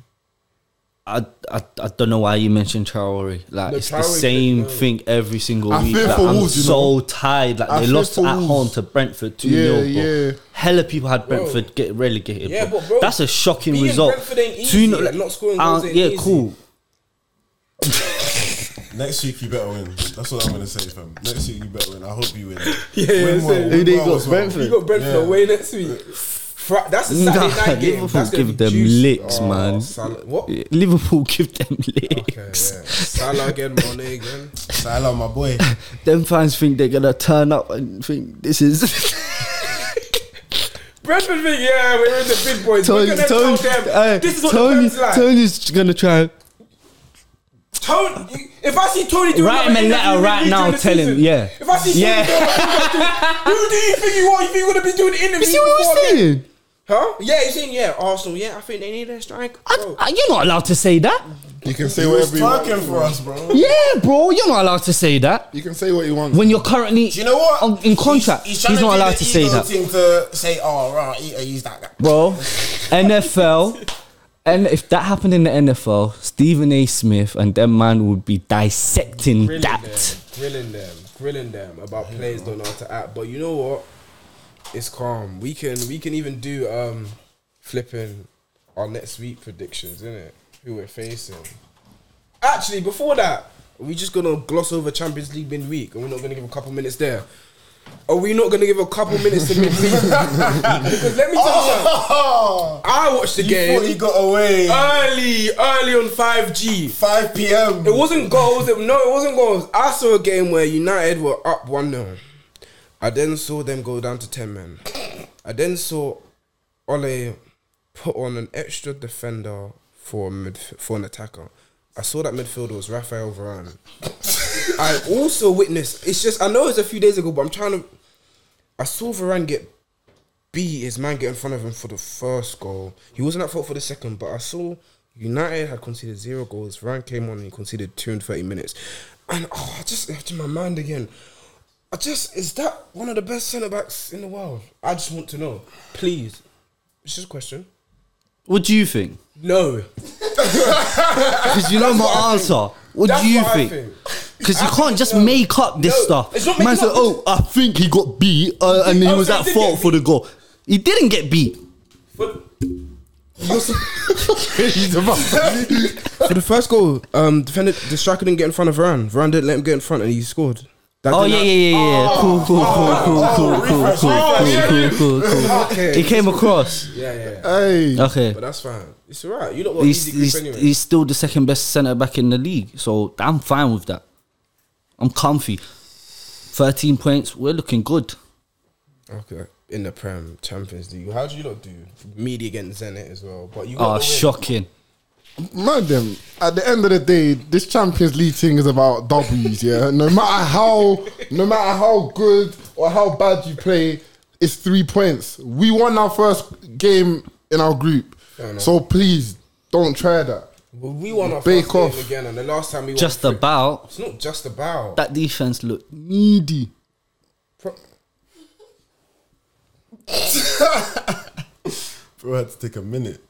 I, I I don't know why you mentioned Traore. Like No, it's the Traore same could- no. thing every single I week. fear Like, for I'm Wolves, you so know. tired. Like I they fear lost at for Wolves. home to Brentford two 0 Yeah, yeah. Hella people had Brentford get relegated. Yeah, bro. but bro, that's a shocking beating result. Brentford ain't easy, 2-0 like, not scoring goals Uh, ain't yeah, easy. cool. next week you better win. That's what I'm gonna say, fam. Next week you better win. I hope you win. Yeah, win yeah, same. Who they got? as Brentford? You got Brentford Yeah. away next week. Fra- that's a Saturday Nah, night game. Liverpool That's gonna give be them juicy. Oh, licks, man. Salah- What? Yeah, Liverpool give them licks. Okay, yeah. Salah again, Mane again. Salah, my boy. Them fans think they're gonna turn up and think this is. Brentford think, yeah, we're in the big boys. Tony, we're gonna Tony, tell them aye, this is what the Tony, fans like. Tony's gonna try. Tony, if I see Tony doing Write him a another letter interview right during now, the tell him, season, yeah. If I see Yeah. Tony doing another interview, who do you think you are? You think you're gonna be doing an You interview? see what before I'm then? saying? Huh? Yeah, he's saying yeah. Arsenal, yeah. I think they need a striker. I, bro. I, you're not allowed to say that. You can say He was whatever you want. working for us, bro. Yeah, bro, you're not allowed to say that. You can say what you want. When you're currently Do you know what? on- Oh, in contract, he's, trying to not do allowed the to say ego that. Thing to say, oh, right, he- he's that guy. Bro, NFL, and if that happened in the NFL, Stephen A. Smith and them man would be dissecting grilling that. them, grilling them, grilling them about players don't know how to act. But you know what? It's calm. We can we can even do um flipping our next week predictions, innit? Who we're facing. Actually, before that, we just gonna gloss over Champions League midweek, and we're not gonna give a couple minutes there. Are we not gonna give a couple minutes to midweek? because let me tell you something. Oh, I watched the you game Uh, thought he got away. early, early on five G. 5 p.m. It wasn't goals. It, no, it wasn't goals. I saw a game where United were up 1 0. I then saw them go down to 10 men. I then saw Ole put on an extra defender for, a midf- for an attacker. I saw that midfielder was Rafael Varane. I also witnessed, it's just, I know it's a few days ago, but I'm trying to. I saw Varane get beat, his man get in front of him for the first goal. He wasn't at fault for the second, but I saw United had conceded zero goals. Varane came on and he conceded two in 30 minutes. And oh, I just left in my mind again. I just, is that one of the best centre backs in the world? I just want to know. Please. It's just a question. What do you think? No. Because you know my answer. What That's do you what I think? think. Because you I can't think just no. make up this No, stuff. it's not Man making said, up. "Oh, I think he got beat, uh, and he I was said he at did fault get for the goal." He didn't get beat. But He's about for the first goal, um, defender, the striker didn't get in front of Varane. Varane didn't let him get in front and he scored. That Oh did yeah, not- yeah, yeah, yeah. cool, cool, cool, cool, oh, cool, refresh, cool, refresh. cool, cool, cool, cool. Okay. He came across. Yeah, yeah. hey. Okay. But that's fine. It's alright. You lot got He's, easy group he's, anyway. he's still the second best centre back in the league, so I'm fine with that. I'm comfy. Thirteen points. We're looking good. Okay. In the Prem Champions League, how do you not do media against Zenit as well? But you Ah, Oh, got the win. shocking. Man, them. At the end of the day, this Champions League thing is about W's. Yeah, no matter how, no matter how good or how bad you play, it's three points. We won our first game in our group, so please don't try that. Well, we won our Bake first game off. again, and the last time we won Just three- about It's not just about. that defense looked Needy. Pro- Bro, I had to take a minute.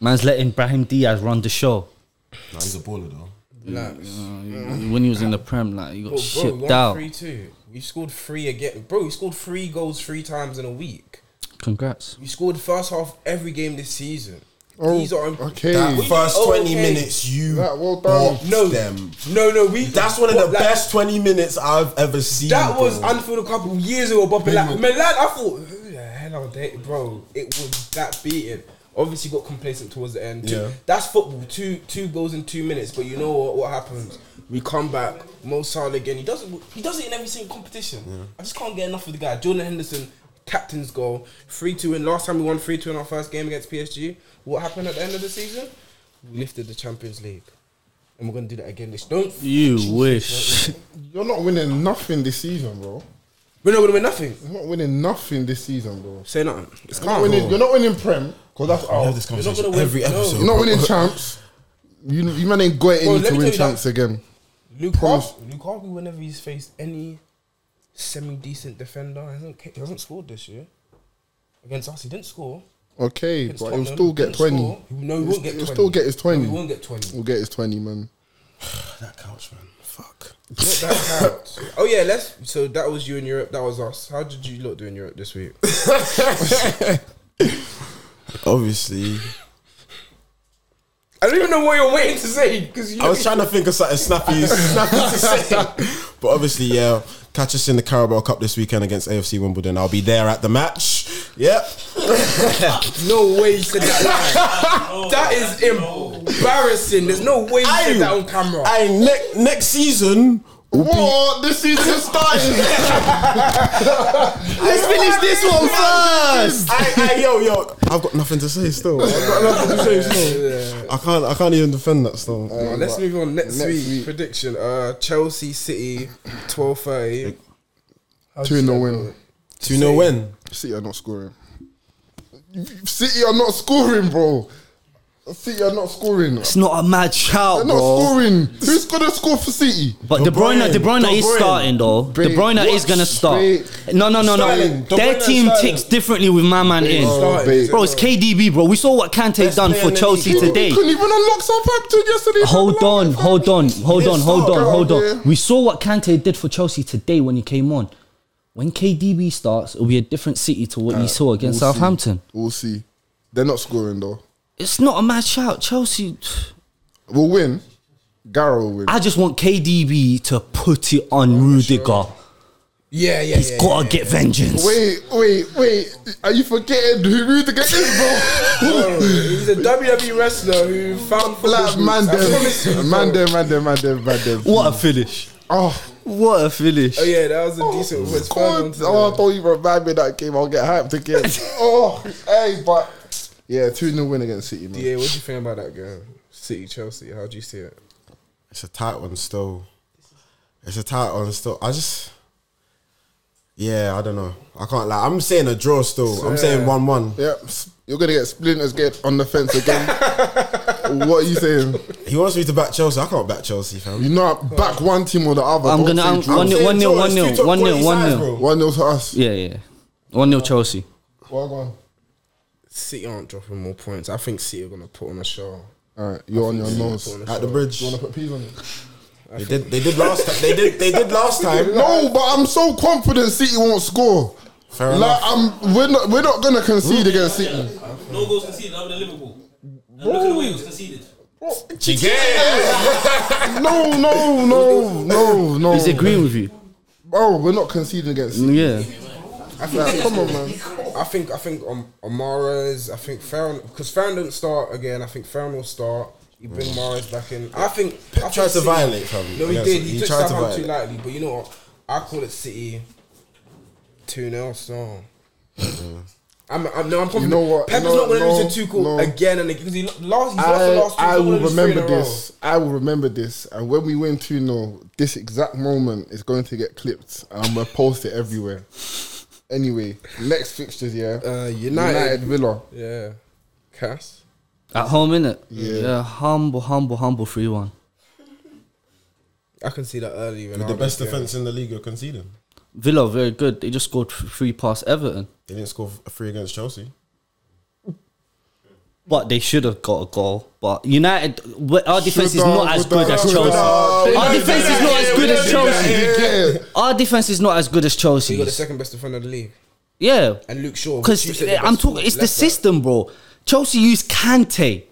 Man's letting Brahim Diaz run the show. Nah, he's a baller, though. Relax. Mm, Mm. When he was in the Prem, like he Oh, got But bro, we shipped won out. three two. We scored three again, bro. We scored three goals three times in a week. Congrats. We scored first half every game this season. Oh, These are- okay. That That, What- first Oh, 20 okay. minutes, you That well done. bought No, them. no, no. We That's one of what, the like, best 20 minutes I've ever seen. That was bro. Anfield a couple years ago, but Minimum. Milan, Milan, I thought, who the hell are they, bro? It was that beating. Obviously, got complacent towards the end. Two- Yeah. That's football. Two two goals in two minutes, but you know what? What happens? We come back. Mo Salah again. He doesn't. He does it in every single competition. I just can't get enough of the guy. Jordan Henderson, captain's goal, three two win. Last time we won three two in our first game against PSG. What happened at the end of the season? We lifted the Champions League, and we're gonna do that again. This don't. You wish. You're not winning nothing this season, bro. We're not gonna win nothing. You're not winning nothing this season, bro. Say nothing. It's You're not calm. winning, you're not winning Prem because that's I out. have this not conversation gonna win. every No. episode. You're not bro. winning champs. You you man ain't got it in Bro, you let to me win tell you champs that- again. Promise. Lukaku, Lukaku, whenever he's faced any semi decent defender, hasn't ca- he hasn't scored this year. Against us, he didn't score. Okay, Against but he'll Tottenham, still get didn't twenty. score. He- No, he won't get. He'll 20. still get his twenty. No, he won't get twenty. He'll get his twenty, man. That couch, man. Fuck. Not that counts. oh yeah, let's. So that was you in Europe. That was us. How did you look doing Europe this week? Obviously, I don't even know what you're waiting to say because you. I was trying to think of something snappy, snappy to say. But obviously, yeah, catch us in the Carabao Cup this weekend against AFC Wimbledon. I'll be there at the match. Yep. no way you said that. line. that is embarrassing. There's no way you said that on camera. I ne- next season. What? This season starting. Let's finish this one first. I, I, yo, yo, I've got nothing to say still. I've got nothing to say still. I can't, I can't even defend that still. Uh, Right, let's move on. Next, Next week, week. prediction: uh, Chelsea, City, twelve thirty. Two no win. Do you know when? City are not scoring. City are not scoring, bro. City are not scoring. it's not a mad shout, They're not bro. scoring. Who's gonna score for City? But De Bruyne, Bruyne, De Bruyne, De is Bruyne. starting though. De Bruyne, Bruyne is what? gonna start. Bruyne. No, no, no, no. Sterling, De Their Bruyne, team Sterling. ticks differently with my man in. Oh, babe. Bro, it's KDB, bro. We saw what Kante Best done player for in the Chelsea league. today. Couldn't even unlock Southampton yesterday. Hold on, hold on, hold on, hold on, stop, hold yeah. on. We saw what Kante did for Chelsea today when he came on. When KDB starts, it'll be a different city to Uh, what you saw against We'll see. Southampton. We'll see. They're not scoring though. It's not a mad shout, Chelsea. We'll win. Gara will win. I just want KDB to put it on Rudiger. Yeah, yeah, He's yeah, gotta get vengeance. Wait, wait, wait. Are you forgetting who Rudiger is, bro? yeah. He's a WWE wrestler who found Like, football man, boots. I promise you, them. Man, bro. them, man, them, man, them, man, them. What a finish! Oh, What a finish! Oh yeah, that was a decent. one. It's five on God. to Oh, I the- thought you remind me of that game. I'll get hyped again. oh, hey, but. Yeah, 2 0 win against City, man. Yeah, what do you think about that girl? City, Chelsea. How do you see it? It's a tight one still. It's a tight one still. I just, yeah, I don't know. I can't lie. I'm saying a draw still. I'm saying one-one. Yep. You're going to get splinters get on the fence again. what are you saying? He wants me to back Chelsea. I can't back Chelsea, fam. You know, back one team or the other. I'm Don't gonna say I'm, draw. one nil, saying one nil, draw. one It's two nil, top one nil, 20 one sides, nil. bro. One nil to us. Yeah, yeah, one nil Chelsea. One one. City aren't dropping more points. I think City are gonna put on a show. All right, you're on your nose. Put on a At show. the bridge. You want to put peas on it? They did. They did last. time. They did. They did last time. No, but I'm so confident City won't score. Fair like I'm, we're not, we're not gonna concede against City. No goals conceded other than Liverpool. And look at the way it was conceded. No, no, no, no, no. He's agreeing with you. Oh, we're not conceding against. City. Yeah. I think, come on, man. I think I think um, Amara's. I think Farron because Farron didn't start again. I think Farron will start. You bring Mares back in. I think I think tried to City- violate, fam. No, he Yeah, did. so He, he took tried to Southampton too violate. lightly. But you know what? I call it City two 0 So. I'm, I'm, no, I'm confident. Mm-hmm. know what? Pep's No, not going to no, lose to Tuchel no. again and again because he lost. He's lost the I, last two. I he's not will gonna lose three in remember a row. this. I will remember this. And when we win 2 0, this exact moment is going to get clipped. And I'm going to post it everywhere. Anyway, next fixtures, yeah. Uh, United. United Villa. Yeah, Cass. At home, innit? Yeah. yeah. Humble, humble, humble 3 1. I can see that early. When The best defense in the league are conceding. Villa, very good. They just scored f- three past Everton. They didn't score f- three against Chelsea. But they should have got a goal. But United, wh- our defense is Shoulda, not as woulda, good as coulda. Chelsea. They Our did defense that, is not yeah, as good we as did that, Chelsea. yeah. Our defense is not as good as You got the Chelsea. second best defender in the league, Yeah, and Luke Shaw. because which you said the eh, I'm best talking. It's the left back. system, bro. Chelsea used Kante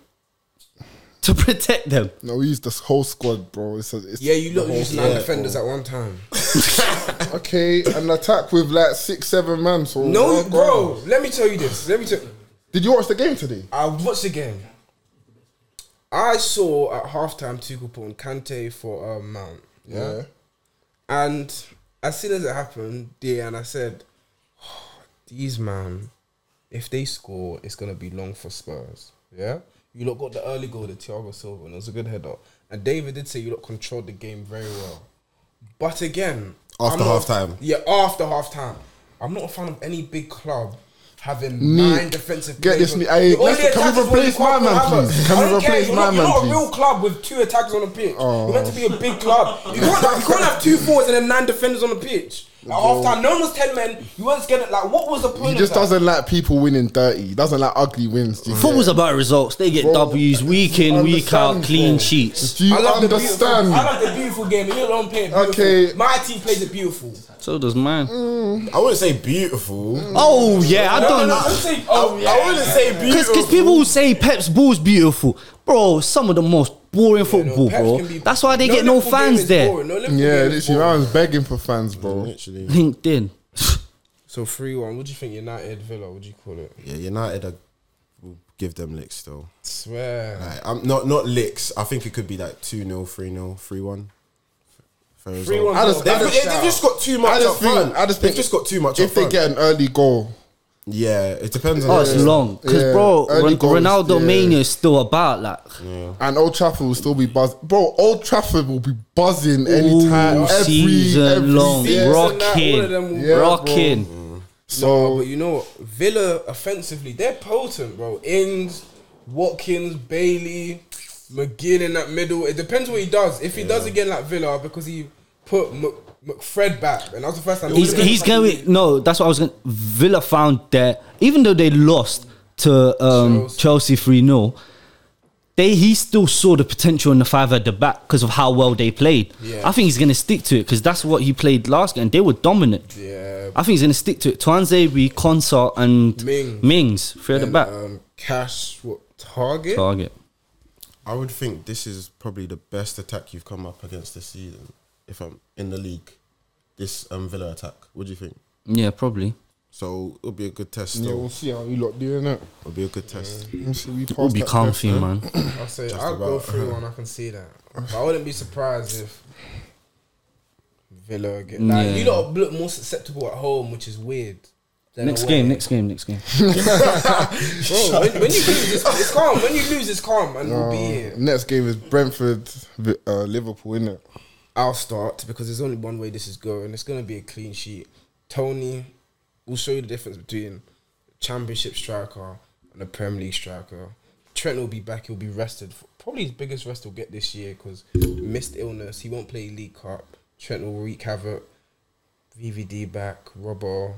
to protect them. No, we use this whole squad, bro. It's a, it's Yeah, you lot the used whole nine squad, defenders at one time. bro. Okay, an attack with like six, seven man. So No, Oh, bro. Let me tell you this. Let me tell. Did you watch the game today? I watched the game. I saw at halftime Tuchel put on Kante for um, Mount. Yeah? And as soon as it happened, yeah, and I said, these man, if they score, it's gonna be long for Spurs. Yeah, you lot got the early goal, the Thiago Silva, and it was a good header. And David did say you lot controlled the game very well. But again, After not- halftime. yeah, after half time, I'm not a fan of any big club having Need- nine defensive. Get this players. knee- hey, The only Leicester, can we attack is when replace Lukaku my man, havertz. please? Can I we don't care, replace you're my not- man, You're please? not a real club with two attackers on the pitch. Oh. You're meant to be a big club. You can't, have, you can't have two forwards and then nine defenders on the pitch. At half time, no one was ten men. You weren't scared. Of, like, what was the point? He just of that? doesn't like people winning dirty. He doesn't like ugly wins. Do you get Football's about results. They get Bro, W's week in, week out, understand, clean bro. sheets. Do you I love The understand? beautiful, I love the beautiful game. You don't play it beautiful. Okay. My team plays it beautiful. So does mine. I wouldn't say beautiful. Oh yeah, I No, no, don't no, know. don't say, oh, yeah. I wouldn't say Because beautiful. people who say Pep's ball's beautiful, bro. Some of the most boring football, Peps bro. can be- That's why they get no Liverpool game fans is there. boring. No Liverpool yeah, game is literally, I boring. was begging for fans, bro. Literally. LinkedIn. So three one. What do you think United Villa? What do you call it? Yeah, United are, will give them licks though. Swear. Like, I'm not not licks. I think it could be like 2 0, 3 0, 3 1. Three one. I just- They've, I just- they've just got too much. I just up think- front. I just they've think just got too much. If up they front. get an early goal, yeah, it depends. on Oh, the it's player. long. Because, Yeah, bro, early Ron- goals, Ronaldo yeah. Mania is still about, like. and Old Trafford will still be buzzing, bro. Old Trafford will be buzzing anytime, All every, season every long. season. Bro. all of them Rocking. will- Yeah, bro. rocking. So Nah, but you know what? Villa offensively, they're potent, bro. Ings, Watkins, Bailey, McGinn in that middle. It depends what he does. If he does again like Villa, because he put Mc, McFred back, and that's the first time. He's, did it. he's going. No, that's what I was going. Villa found that even though they lost to um, Chelsea three 0 they he still saw the potential in the five at the back because of how well they played. Yeah. I think he's going to stick to it because that's what he played last game. They were dominant. Yeah. I think he's going to stick to it. Twanzebe, Consort, and Mings. Mings three at the And, back. Um, Cash, what target? Target. I would think this is probably the best attack you've come up against this season. If I'm in the league, this um, Villa attack. What do you think? Yeah, probably. So it'll be a good test. yeah, Though. we'll see how you lot doing it. It'll be a good test. We'll see, we We'll pass be that calm test. for you, man. I'll say I'll go about. through one. I can see that. But I wouldn't be surprised if Villa get like Yeah. you lot look more susceptible at home, which is weird. than Next away. game. Next game. Next game. Bro, when, when you lose, it's, it's calm. When you lose, it's calm, and we'll be here. Next game is Brentford, Vi- uh, Liverpool, innit? I'll start because there's only one way this is going. It's gonna be a clean sheet. Tony will show you the difference between championship striker and a Premier League striker. Trent will be back. He'll be rested. For probably his biggest rest he'll get this year because missed illness. He won't play League Cup. Trent will wreak havoc. VVD back. Robbo.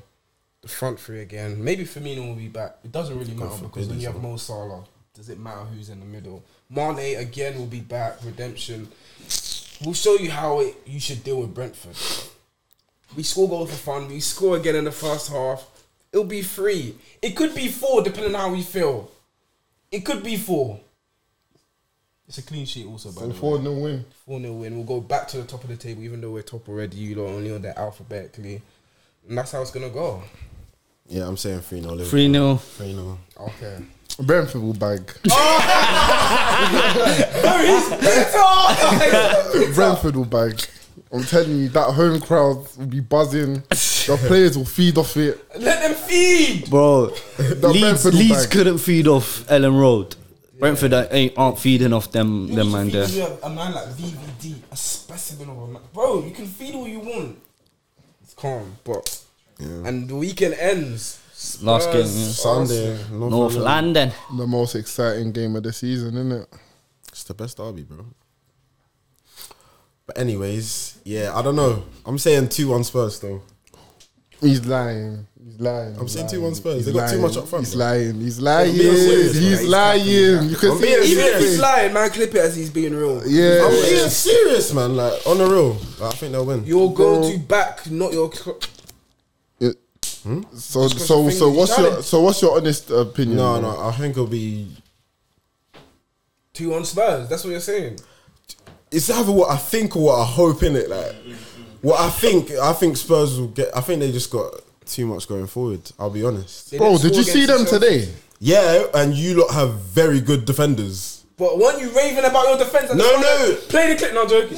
The front three again. Maybe Firmino will be back. It doesn't really matter because when you have Mo Salah, does it matter who's in the middle? Mane again will be back. Redemption. We'll show you how it, you should deal with Brentford. We score goals for fun. We score again in the first half. It'll be three. It could be four, depending on how we feel. It could be four. It's a clean sheet, also. By So the way. four 0 win. 4 0 win. We'll go back to the top of the table, even though we're top already. You lot only on there alphabetically. And that's how it's going to go. Yeah, I'm saying 3 0. Three 0 3 0. Okay. Brentford will bag. Oh, Brentford will bag. I'm telling you, that home crowd will be buzzing. The players will feed off it. Let them feed. Bro, Leeds, Brentford will Leeds bag. couldn't feed off Ellen Road. Brentford ain't, aren't feeding off them them man there. You have a man like VVD, a specimen of a man. Bro, you can feed all you want. It's calm, but. And the weekend ends. Last game, Spurs, yeah. Sunday. North London. The most exciting game of the season, isn't it? It's the best derby, bro. But, anyways, yeah, I don't know. I'm saying 2 1 Spurs, though. He's lying. He's lying. I'm saying 2-1 Spurs. They got too much up front, He's bro. lying. He's lying. being serious, bro. He's He's lying. You can I'm see being it. Even if he's Yeah. lying, man, clip it as he's being real. I'm Yeah. being serious, man. Like, on the real. Like, I think they'll win. Your go to back, not your. Cl- It- Hmm? So so things so he's what's your done. so what's your honest opinion? No, man? no, I think it'll be. Two on Spurs. That's what you're saying. It's either what I think or what I hope in it. Like, what I think, I think Spurs will get. I think they just got too much going forward. I'll be honest. They Bro, score did you against see them themselves. today? Yeah, and you lot have very good defenders. But weren't you raving about your defense? No, no. Play the clip. No, I'm joking.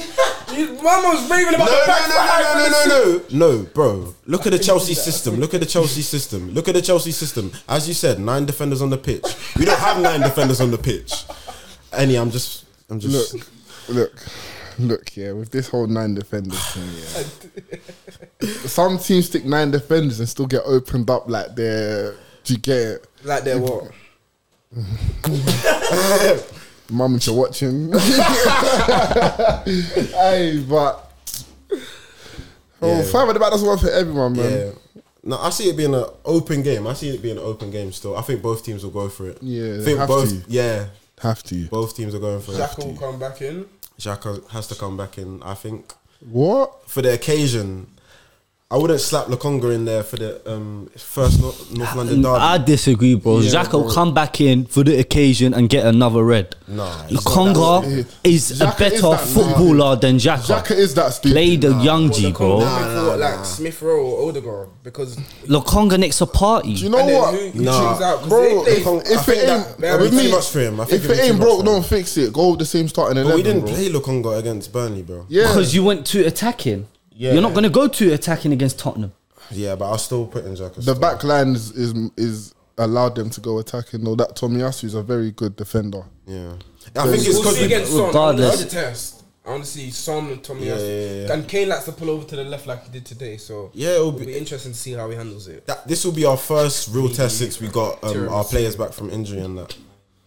you, my man was raving No, about no, the no, back five no, and no, the no, six. no, no, bro. Look at the Chelsea system. Look at the Chelsea system. Look at the Chelsea system. As you said, nine defenders on the pitch. We don't have nine defenders on the pitch. Any, I'm just, I'm just. Look, look, look. Yeah, with this whole nine defenders thing, yeah. Some teams stick nine defenders and still get opened up like they're. Do you get it? Like they're what? Mum, if you're watching. hey, but. Oh, Yeah. five at the back doesn't work for everyone, Yeah. man. No, I see it being an open game. I see it being an open game still. I think both teams will go for it. Yeah, I they think have both. to. Yeah, Have to. both teams are going for Jack it. will come back in. Xhaka has to come back in. I think What? for the occasion. I wouldn't slap Lukonga in there for the um, first North, North London derby. I disagree, bro. Yeah, Zach will bro. come back in for the occasion and get another red. No, he's not Lukonga that- is Xhaka a is better that footballer than Xhaka. Xhaka is that stupid. Play the young G, Bro, bro. like Smith Rowe or Odegaard because Lukonga next a Do you party. know And then what? who- who Nah. chooses out? 'Cause Bro, they- they- Lukonga- I if think it that- that ain't would with be me, too much for him. I if think it'd it be too ain't much broke, for don't him. fix it. Go with the same starting But eleven. we didn't bro. play Lukonga against Burnley, bro. Yeah, Because you went too attacking. Yeah. You're not going to go too attacking against Tottenham. Yeah, but I'll still put in Xhaka. the still. back line is, is is allowed them to go attacking. Though that Tomiyasu is a very good defender. Yeah. I think it's We'll see because against Son. regardless. Regardless. test. I want to see Son and Tommy. Yeah, Asu. yeah, yeah. And Kane likes to pull over to the left like he did today. So Yeah, it'll it'll be- be interesting to see how he handles it. that this will be our first real test since we got um, our players back from injury and that.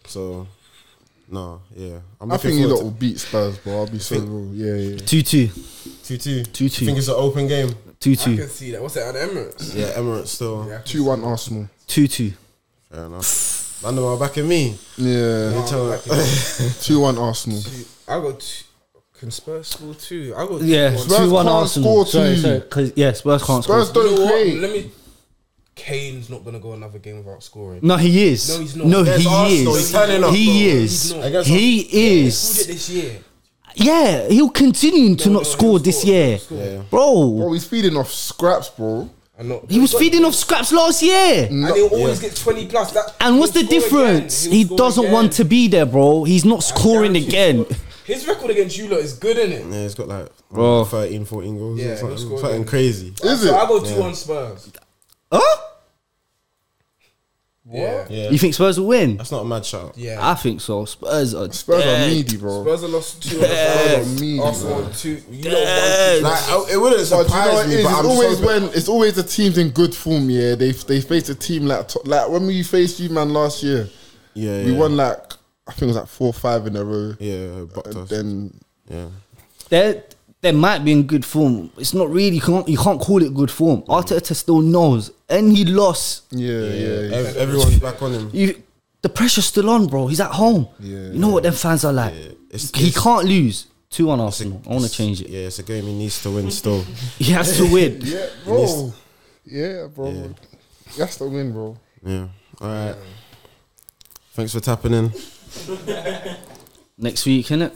So, no, yeah, I'm I looking think you lot will forward beat Spurs, bro. I'll be so Think- real. Yeah, yeah. Two two, to 2-2. 2-2. Think it's an open game. two I two, can see that. What's that? At the Emirates. Yeah, Emirates still. Yeah. Two one Arsenal. two two. Fair enough. London are back at me. Yeah, Tell- two one Arsenal. I got. Two, can Spurs score too? I got. Yeah, Two, Spurs two one can't Arsenal. score Sorry, two. sorry. 'cause- yeah, Spurs can't Spurs score. you don't know what? play. Let me. Kane's not gonna go another game without scoring. No, he is. No, he's not. No, There's he Arsenal, is. he's turning up, he bro. is. He's not. Against He Who is. did this year? Yeah, he'll continue to No, not no, score he'll this score, year, he'll score. Yeah. Bro, bro. he's feeding off scraps, bro. I'm not. He was feeding off scraps last year. And he'll always get twenty plus. That, And what's the he'll score difference? again, he'll He score doesn't again. want to be there, bro. He's not scoring guarantee again. His record against you lot is good, isn't it? Yeah, he's got like Bro. 13, 14 goals Yeah, or he'll something. score Something again. crazy. Is So I it? go two on Spurs. Huh? Yeah. Yeah. You think Spurs will win? That's not a mad shout. Yeah. I think so. Spurs are Spurs are dead. meaty, bro. Spurs have lost two. Spurs on are the meaty, road. Arsenal bro. won two. You Dead. know, Like, I, it But do wouldn't you know surprise what it me, is? but It's I'm just always hoping- when it's always the teams in good form. Yeah, they they faced a team like to- like when we faced you man last year. yeah, We yeah. won like I think it was like four or five in a row. Yeah, bucked And us. then yeah. They're, they might be in good form. It's not really. You can't, you can't call it good form. Arteta still knows any loss. yeah, yeah, yeah. Ev- everyone's back on him. You, the pressure's still on, bro. He's at home. Yeah. you know what them fans are like. It's- he it's- can't lose. Two on Arsenal. I want to change it. Yeah, it's a game he needs to win still. He has to win. Yeah, bro. Yeah, bro. That's the win, bro. Yeah. All right. Thanks for tapping in. Next week, innit?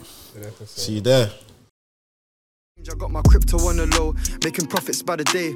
See you there. I got my crypto on the low, making profits by the day.